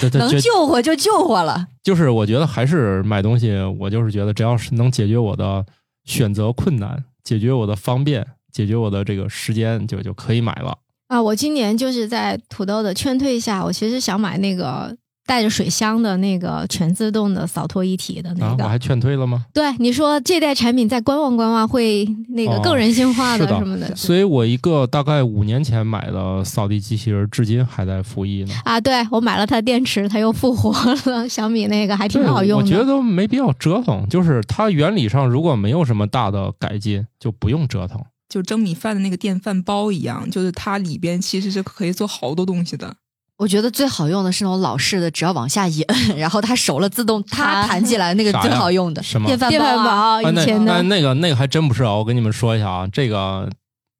Speaker 1: 对 对，
Speaker 2: 能
Speaker 1: 这
Speaker 2: 救活就救活了。
Speaker 1: 就是我觉得还是买东西，我就是觉得只要是能解决我的选择困难，解决我的方便，解决我的这个时间，就就可以买了。
Speaker 6: 啊，我今年就是在土豆的劝退下，我其实想买那个带着水箱的那个全自动的扫拖一体的
Speaker 1: 啊
Speaker 6: 那，个。
Speaker 1: 我还劝退了吗？
Speaker 6: 对，你说这代产品再观望观望，会那个
Speaker 1: 哦
Speaker 6: 更人性化
Speaker 1: 是的
Speaker 6: 什么的。
Speaker 1: 所以我一个大概五年前买的扫地机器人，至今还在服役呢。
Speaker 6: 啊，对我买了它电池，它又复活了， 相比那个还挺
Speaker 1: 对
Speaker 6: 好用
Speaker 1: 我
Speaker 6: 的。
Speaker 1: 觉得没必要折腾。就是它原理上如果没有什么大的改进，就不用折腾。
Speaker 5: 就蒸米饭的那个电饭煲一样，就是它里边其实是可以做好多东西的。
Speaker 2: 我觉得最好用的是那种老式的，只要往下一摁， 然后它熟了自动它
Speaker 6: 啊
Speaker 2: 弹起来，那个
Speaker 1: 啥呀
Speaker 2: 最好用的
Speaker 1: 什么
Speaker 2: 电饭
Speaker 6: 电饭
Speaker 2: 煲啊。
Speaker 6: 煲
Speaker 1: 啊，
Speaker 6: 以
Speaker 1: 那
Speaker 6: 前
Speaker 1: 那
Speaker 6: 的
Speaker 1: 那个那个还真不是啊！我跟你们说一下啊，这个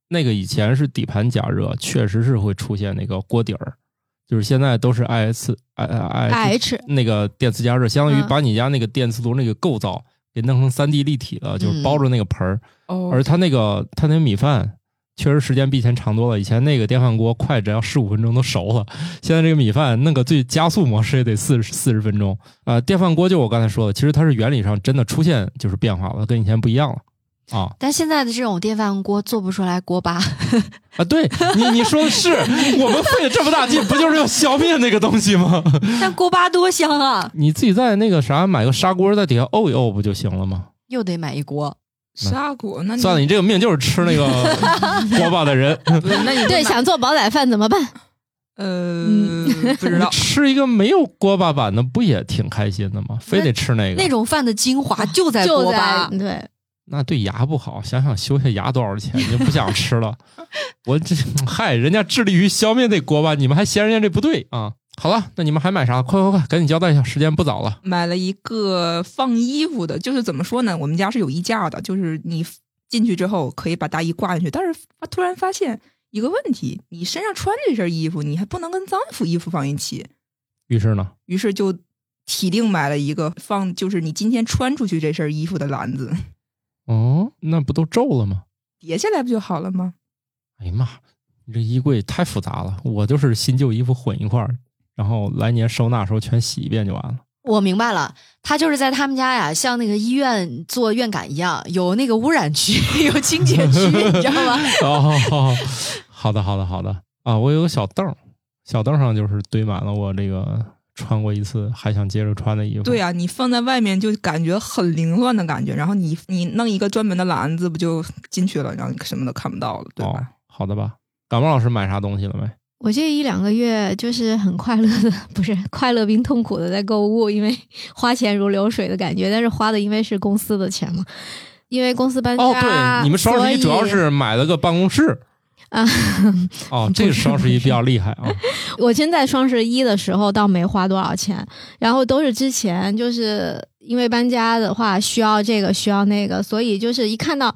Speaker 1: 那个以前是底盘加热，确实是会出现那个锅底儿，就是现在都是 I S I I
Speaker 6: IH
Speaker 1: 那个电磁加热，相当于
Speaker 6: 嗯
Speaker 1: 把你家那个电磁炉那个构造
Speaker 6: 嗯
Speaker 1: 给弄成三 D 立体了，就是包着那个盆儿，
Speaker 5: 哦
Speaker 1: 而它那个它那个米饭。确实时间比以前长多了。以前那个电饭锅快只要十五分钟都熟了，现在这个米饭那个最加速模式也得四十四十分钟。啊、电饭锅就我刚才说的，其实它是原理上真的出现就是变化了，跟以前不一样了啊。
Speaker 2: 但现在的这种电饭锅做不出来锅巴，
Speaker 1: 啊，对你你说的是， 我们费了这么大劲，不就是要消灭那个东西吗？
Speaker 2: 但锅巴多香啊！
Speaker 1: 你自己在那个啥买个砂锅，在底下沤一沤不就行了吗？
Speaker 2: 又得买一锅，
Speaker 5: 砂锅，啊那你
Speaker 1: 算了，你这个命就是吃 那个锅巴的人，，
Speaker 5: 不是那你
Speaker 6: 对，想做煲仔饭怎么办？
Speaker 5: 呃
Speaker 6: 嗯，
Speaker 5: 不知道
Speaker 1: 吃一个没有锅巴版的不也挺开心的吗？非得吃那个，
Speaker 2: 那种饭的 精华就在
Speaker 6: 就
Speaker 2: 锅
Speaker 6: 在
Speaker 2: 巴。
Speaker 6: 对，
Speaker 1: 那对牙不好。想想修下牙多少钱，你就不想吃 了。我这嗨，人家致力于消灭那锅巴，你们还嫌人家这不对啊？好了，那你们还买啥？快快快，赶紧交代一下，时间不早了。
Speaker 5: 买了一个放衣服的，就是怎么说呢？我们家是有衣架的，就是你进去之后可以把大衣挂进去，但是发突然发现一个问题，你身上穿这身衣服，你还不能跟脏衣服衣服放一起，
Speaker 1: 于是呢，
Speaker 5: 于是就体定买了一个放，就是你今天穿出去这身衣服的 篮子，
Speaker 1: 哦，那不都皱了吗？
Speaker 5: 叠下来不就好了吗？
Speaker 1: 哎呀妈，你这衣柜太复杂了，我就是新旧衣服混一块儿，然后来年收纳时候全洗一遍就完了。
Speaker 2: 我明白了，他就是在他们家呀，像那个医院做院感一样，有那个污染区， 有清洁 区，你知道吗？
Speaker 1: 哦，好的，好的，好的啊！我有个小凳儿，小凳儿上就是堆满了我这个穿过一次还想接着穿的衣服。
Speaker 5: 对啊，你放在外面就感觉很凌乱的感觉，然后你你弄一个专门的篮子，不就进去了，然后你什么都看不到了，对吧？
Speaker 1: 哦，好的吧。感冒老师买啥东西了没？
Speaker 6: 我这一两个月就是很快乐的， 不是快乐并痛苦的在购物，因为 花钱如流水的感觉，但是花的因为是公司的钱嘛，因为公司搬家，
Speaker 1: 哦，对，你们双十一主要
Speaker 6: 哎所以
Speaker 1: 是买了个办公室
Speaker 6: 啊，
Speaker 1: 哦，这个双十一比较厉害啊。
Speaker 6: 我现在双十一的时候倒没花多少钱，然后都是之前就是因为搬家的话需要这个需要那个，所以就是一看到。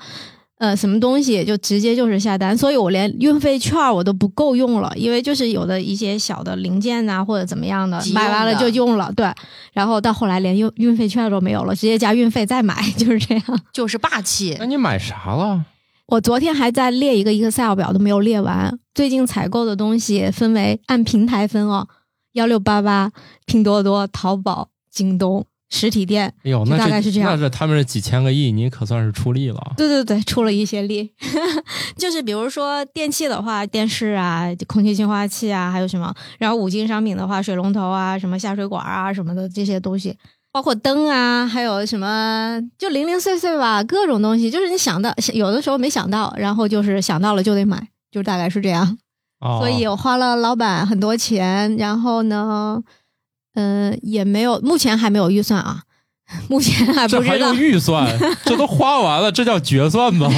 Speaker 6: 呃，什么东西就直接就是下单，所以我连运费券儿我都不够用了，因为就是有的一些小的零件呐、或者怎么样的
Speaker 2: 急，用的
Speaker 6: 买完了就用了，对。然后到后来连运运费券都没有了，直接加运费再买， 就是这样。
Speaker 2: 就是霸 气
Speaker 1: 那。你买啥了？
Speaker 6: 我昨天还在列一个 Excel 表，都没有列完。最近采购的东西分为按平台分哦，幺六八八、拼多多、淘宝、京东、实体店。
Speaker 1: 哎呦，
Speaker 6: 就
Speaker 1: 那
Speaker 6: 大概是这样
Speaker 1: 那这他们这几千个亿，你可算是出力了啊。
Speaker 6: 对对对，出了一些力， 就是比如说电器的话，电视啊、空气净化器啊，还有什么，然后五金商品的话，水龙头啊、什么下水管啊什么的这些东西，包括灯啊，还有什么就零零碎碎吧，各种东西，就是你想到有的时候没想到，然后就是想到了就得买，就大概是这样。
Speaker 1: 哦，
Speaker 6: 所以我花了老板很多钱，然后呢，嗯、也没有，目前还没有预算啊， 目前还
Speaker 1: 这
Speaker 6: 不
Speaker 1: 还
Speaker 6: 知道
Speaker 1: 用。预 算？这都花完了，这叫决算吧？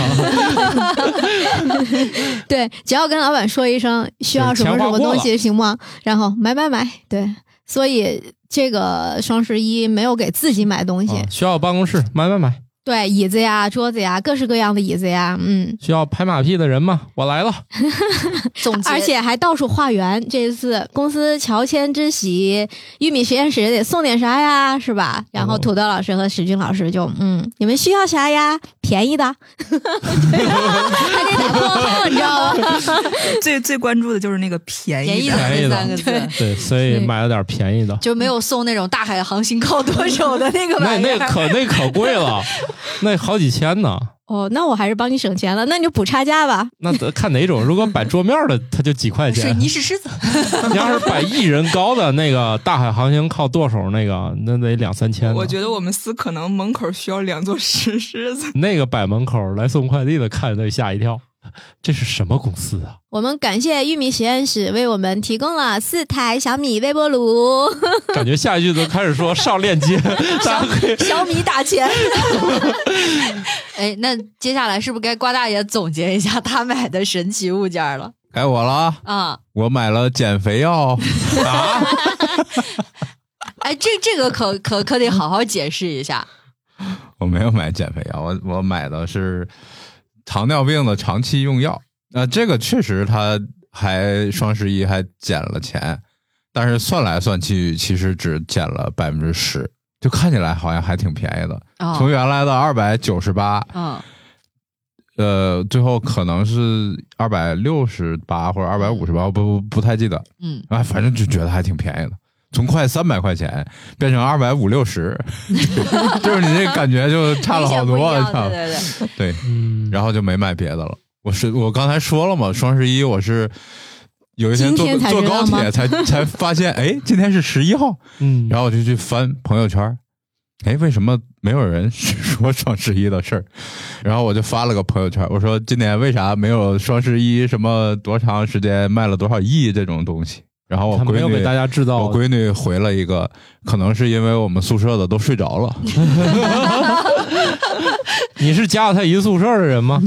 Speaker 6: 对，只要跟老板说一声需要什么
Speaker 1: 钱花
Speaker 6: 什么
Speaker 1: 过
Speaker 6: 东
Speaker 1: 了
Speaker 6: 西行吗？然后买买买，对，所以这个双十一没有给自己买东西，
Speaker 1: 啊需要办公室买买买，
Speaker 6: 对，椅子呀、桌子呀，各式各样的椅子呀，嗯，
Speaker 1: 需要拍马屁的人吗？我来了。
Speaker 2: 总结，
Speaker 6: 而且还到处化缘。这一次公司乔迁之喜，玉米实验室也得送点啥呀，是吧？然后
Speaker 1: 哦
Speaker 6: 土豆老师和史军老师就嗯，你们需要啥呀？便宜的，还得打括号，你知道吗？
Speaker 5: 最最关注的就是那个便
Speaker 2: 便宜
Speaker 5: 宜
Speaker 2: 的
Speaker 1: 便宜
Speaker 2: 这
Speaker 1: 的
Speaker 2: 三个字，
Speaker 1: 对，所以
Speaker 6: 是
Speaker 1: 买了点便宜的。
Speaker 2: 就没有送那种大海航行靠舵手的那个
Speaker 1: 那
Speaker 2: 玩意
Speaker 1: 那
Speaker 2: 儿。
Speaker 1: 可那可贵了，那好几千呢。
Speaker 6: 哦，那我还是帮你省钱了，那你就补差价吧。
Speaker 1: 那得看哪种，如果摆桌面的，它就几块
Speaker 2: 水
Speaker 1: 钱；
Speaker 2: 泥是狮 子，
Speaker 1: 你要是摆一人高的那个大海航行靠舵手那个，那得两三千呢。
Speaker 5: 我觉得我们司可能门口需要两座石狮子。
Speaker 1: 那个摆门口来送快递的，看着得吓一跳，这是什么公司啊？
Speaker 6: 我们感谢玉米实验室为我们提供了四台小米微波炉。
Speaker 1: 感觉下一句都开始说上链接，大家可以
Speaker 2: 小米 打钱。 哎，那接下来是不是该瓜大爷总结一下他买的神奇物件了
Speaker 3: 该我了啊，
Speaker 2: 啊？
Speaker 3: 我买了减肥药啊，
Speaker 2: 哎，这这个可可可得好好解释一下。
Speaker 3: 我没有买减肥药，我我买的是糖尿病的长期用药。那、这个确实，他还双十一还减了钱，但是算来算去，其实只减了百分之十，就看起来好像还挺便宜的，
Speaker 2: 啊、
Speaker 3: 从原来的二百九十八
Speaker 2: 嗯，
Speaker 3: 呃，最后可能是二百六十八或者二百五十八，不不不太记得，
Speaker 2: 嗯，
Speaker 3: 哎，反正就觉得还挺便宜的，从快三百块钱变成二百五六十，就是你这感觉就差了好
Speaker 2: 明
Speaker 3: 多，
Speaker 2: 显不一
Speaker 3: 差
Speaker 2: 样
Speaker 3: 了
Speaker 2: 对对对，
Speaker 3: 对，
Speaker 1: 嗯，
Speaker 3: 然后就没买别的了。我是我刚才说了嘛，双十一我是有一天
Speaker 6: 今
Speaker 3: 坐
Speaker 6: 天才
Speaker 3: 坐
Speaker 6: 知道
Speaker 3: 高
Speaker 6: 吗
Speaker 3: 铁才才发现，哎，今天是十一号，
Speaker 1: 嗯，
Speaker 3: 然后我就去翻朋友圈儿，哎，为什么没有人 说双十一的事儿？然后我就发了个朋友圈儿，我说今年为啥没有双十一什么多长时间卖了多少亿这种东西？然后我
Speaker 1: 他没
Speaker 3: 闺
Speaker 1: 有
Speaker 3: 女
Speaker 1: 给大家制造
Speaker 3: 我闺女回了一个，可能是因为我们宿舍的都睡着了，
Speaker 1: 你是加了他一宿舍的人吗？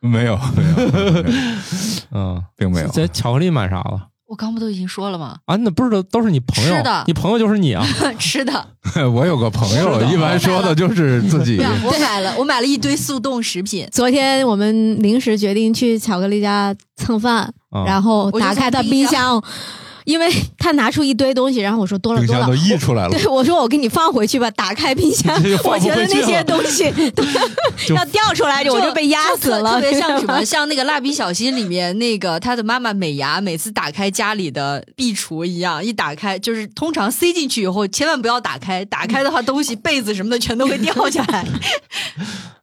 Speaker 3: 没有，没有，没有
Speaker 1: 嗯，
Speaker 3: 并没有。
Speaker 1: 这巧克力买啥了？
Speaker 2: 我刚不都已经说了吗？
Speaker 1: 啊，那不是都都是你朋友
Speaker 2: 吃的
Speaker 1: 你朋友就是你啊，
Speaker 2: 嗯吃的，
Speaker 3: 我有个朋
Speaker 1: 是
Speaker 3: 友，
Speaker 1: 的
Speaker 3: 一般说的就是 自己
Speaker 2: 对，啊我买了，我买了一堆速冻食品，
Speaker 6: 昨天我们临时决定去巧克力家蹭饭，
Speaker 1: 啊
Speaker 6: 然后
Speaker 2: 我就
Speaker 6: 打开他
Speaker 2: 从
Speaker 6: 冰
Speaker 2: 冰
Speaker 6: 箱，因为他拿出一堆东西，然后我说多了
Speaker 3: 冰
Speaker 6: 多
Speaker 3: 箱
Speaker 6: 了
Speaker 3: 都，溢出来了，
Speaker 6: 对我说我给你放回去吧。打开冰箱
Speaker 1: 这就，放
Speaker 6: 我
Speaker 1: 不
Speaker 6: 觉得
Speaker 1: 回去
Speaker 6: 那些
Speaker 1: 了
Speaker 6: 东西
Speaker 1: 就
Speaker 6: 要掉
Speaker 2: 哎
Speaker 6: 出来，我就被压死
Speaker 2: 特
Speaker 6: 了，
Speaker 2: 特别像 什么，
Speaker 6: 你知道吗
Speaker 2: 像那个《蜡笔小新》里面那个他的妈妈美伢，每次打开家里的壁橱一样，一打开就是通常塞进去以后，千万不要打开，打开的话东西被子什么的全都会掉下来。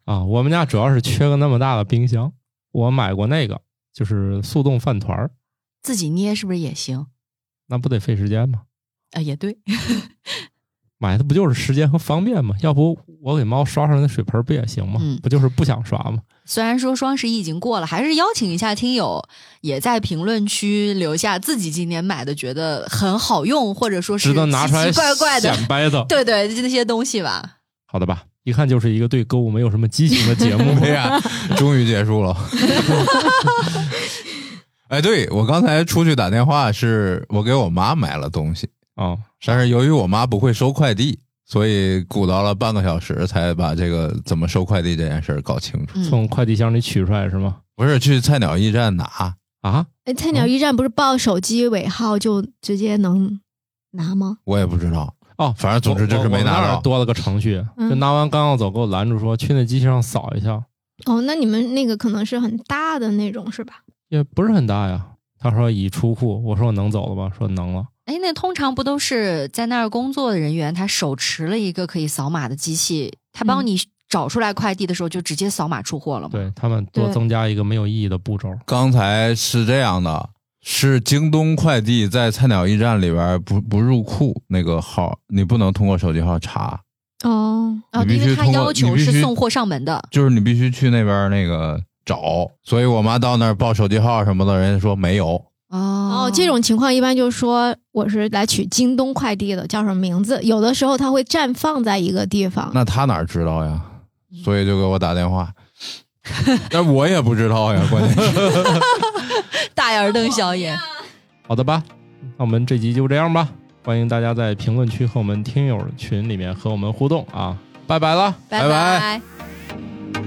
Speaker 1: 啊，我们家主要是缺个那么大的冰箱，我买过那个就是速冻饭团儿，
Speaker 2: 自己捏是不是也行？
Speaker 1: 那不得费时间吗？
Speaker 2: 啊，也对，
Speaker 1: 买的不就是时间和方便吗？要不我给猫刷上那水盆不也行吗？
Speaker 2: 嗯
Speaker 1: 不就是不想刷吗？
Speaker 2: 虽然说双十一已经过了，还是邀请一下听友也在评论区留下自己今年买的觉得很好用，或者说是
Speaker 1: 值得拿出来
Speaker 2: 奇奇怪怪的，
Speaker 1: 显摆的，
Speaker 2: 对对，那些东西吧。
Speaker 1: 好的吧？一看就是一个对购物没有什么激情的节 目。
Speaker 3: 哎呀，终于结束了。 哎，对我刚才出去打电话，是我给我妈买了东西，
Speaker 1: 啊，
Speaker 3: 但是由于我妈不会收快递，所以鼓捣了半个小时才把这个怎么收快递这件事儿搞清楚。
Speaker 2: 嗯，
Speaker 1: 从快递箱里取出来是吗？
Speaker 3: 不是去菜鸟驿站拿，
Speaker 1: 啊，
Speaker 6: 哎，菜鸟驿站不是报手机尾号就直接能拿吗？
Speaker 3: 我也不知道，
Speaker 1: 哦，
Speaker 3: 反正总之就
Speaker 1: 我
Speaker 3: 是
Speaker 1: 我
Speaker 3: 没
Speaker 1: 我
Speaker 3: 拿
Speaker 1: 那儿
Speaker 3: 到。
Speaker 1: 多了个程序，
Speaker 6: 嗯
Speaker 1: 就拿完刚要走，给我拦住说去那机器上扫一下，
Speaker 6: 哦，那你们那个可能是很大的那种是吧？
Speaker 1: 也不是很大呀。他说已出库，我说我能走了吧？说能了。
Speaker 2: 哎，那通常不都是在那儿工作的人员，他手持了一个可以扫码的机器，他帮
Speaker 6: 嗯
Speaker 2: 你找出来快递的时候就直接扫码出货了吗？
Speaker 1: 对他们多
Speaker 6: 对
Speaker 1: 增加一个没有意义的步骤。
Speaker 3: 刚才是这样的，是京东快递在菜鸟驿站里边不不入库那个号，你不能通过手机号查，
Speaker 6: 哦，
Speaker 2: 啊，
Speaker 3: 你必
Speaker 2: 因为
Speaker 3: 须
Speaker 2: 他
Speaker 3: 通过
Speaker 2: 要求
Speaker 3: 你必须
Speaker 2: 是送货上门的。
Speaker 3: 就是你必须去那边那个找。所以我妈到那儿报手机号什么的，人家说没有。
Speaker 2: 哦
Speaker 6: 哦，这种情况一般就说我是来取京东快递的，叫什么名字？有的时候他会暂放在一个地方。
Speaker 3: 那他哪知道呀？所以就给我打电话， 但我也不知道呀。关键是，
Speaker 2: 大眼瞪小眼，
Speaker 1: 好的吧，那我们这集就这样吧。欢迎大家在评论区和我们听友群里面和我们互动啊！拜拜了。
Speaker 3: 拜拜
Speaker 2: 拜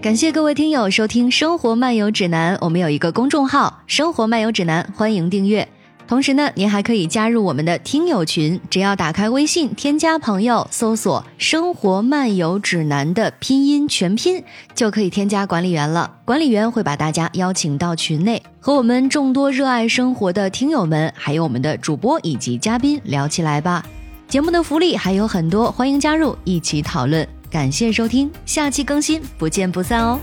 Speaker 4: 感谢各位听友收听《生活漫游指南》，我们有一个公众号《生活漫游指南》，欢迎订阅。同时呢，您还可以加入我们的听友群，只要打开微信添加朋友，搜索“生活漫游指南”的拼音全拼，就可以添加管理员了。管理员会把大家邀请到群内，和我们众多热爱生活的听友们，还有我们的主播以及嘉宾聊起来吧。节目的福利还有很多，欢迎加入一起讨论。感谢收听，下期更新，不见不散哦。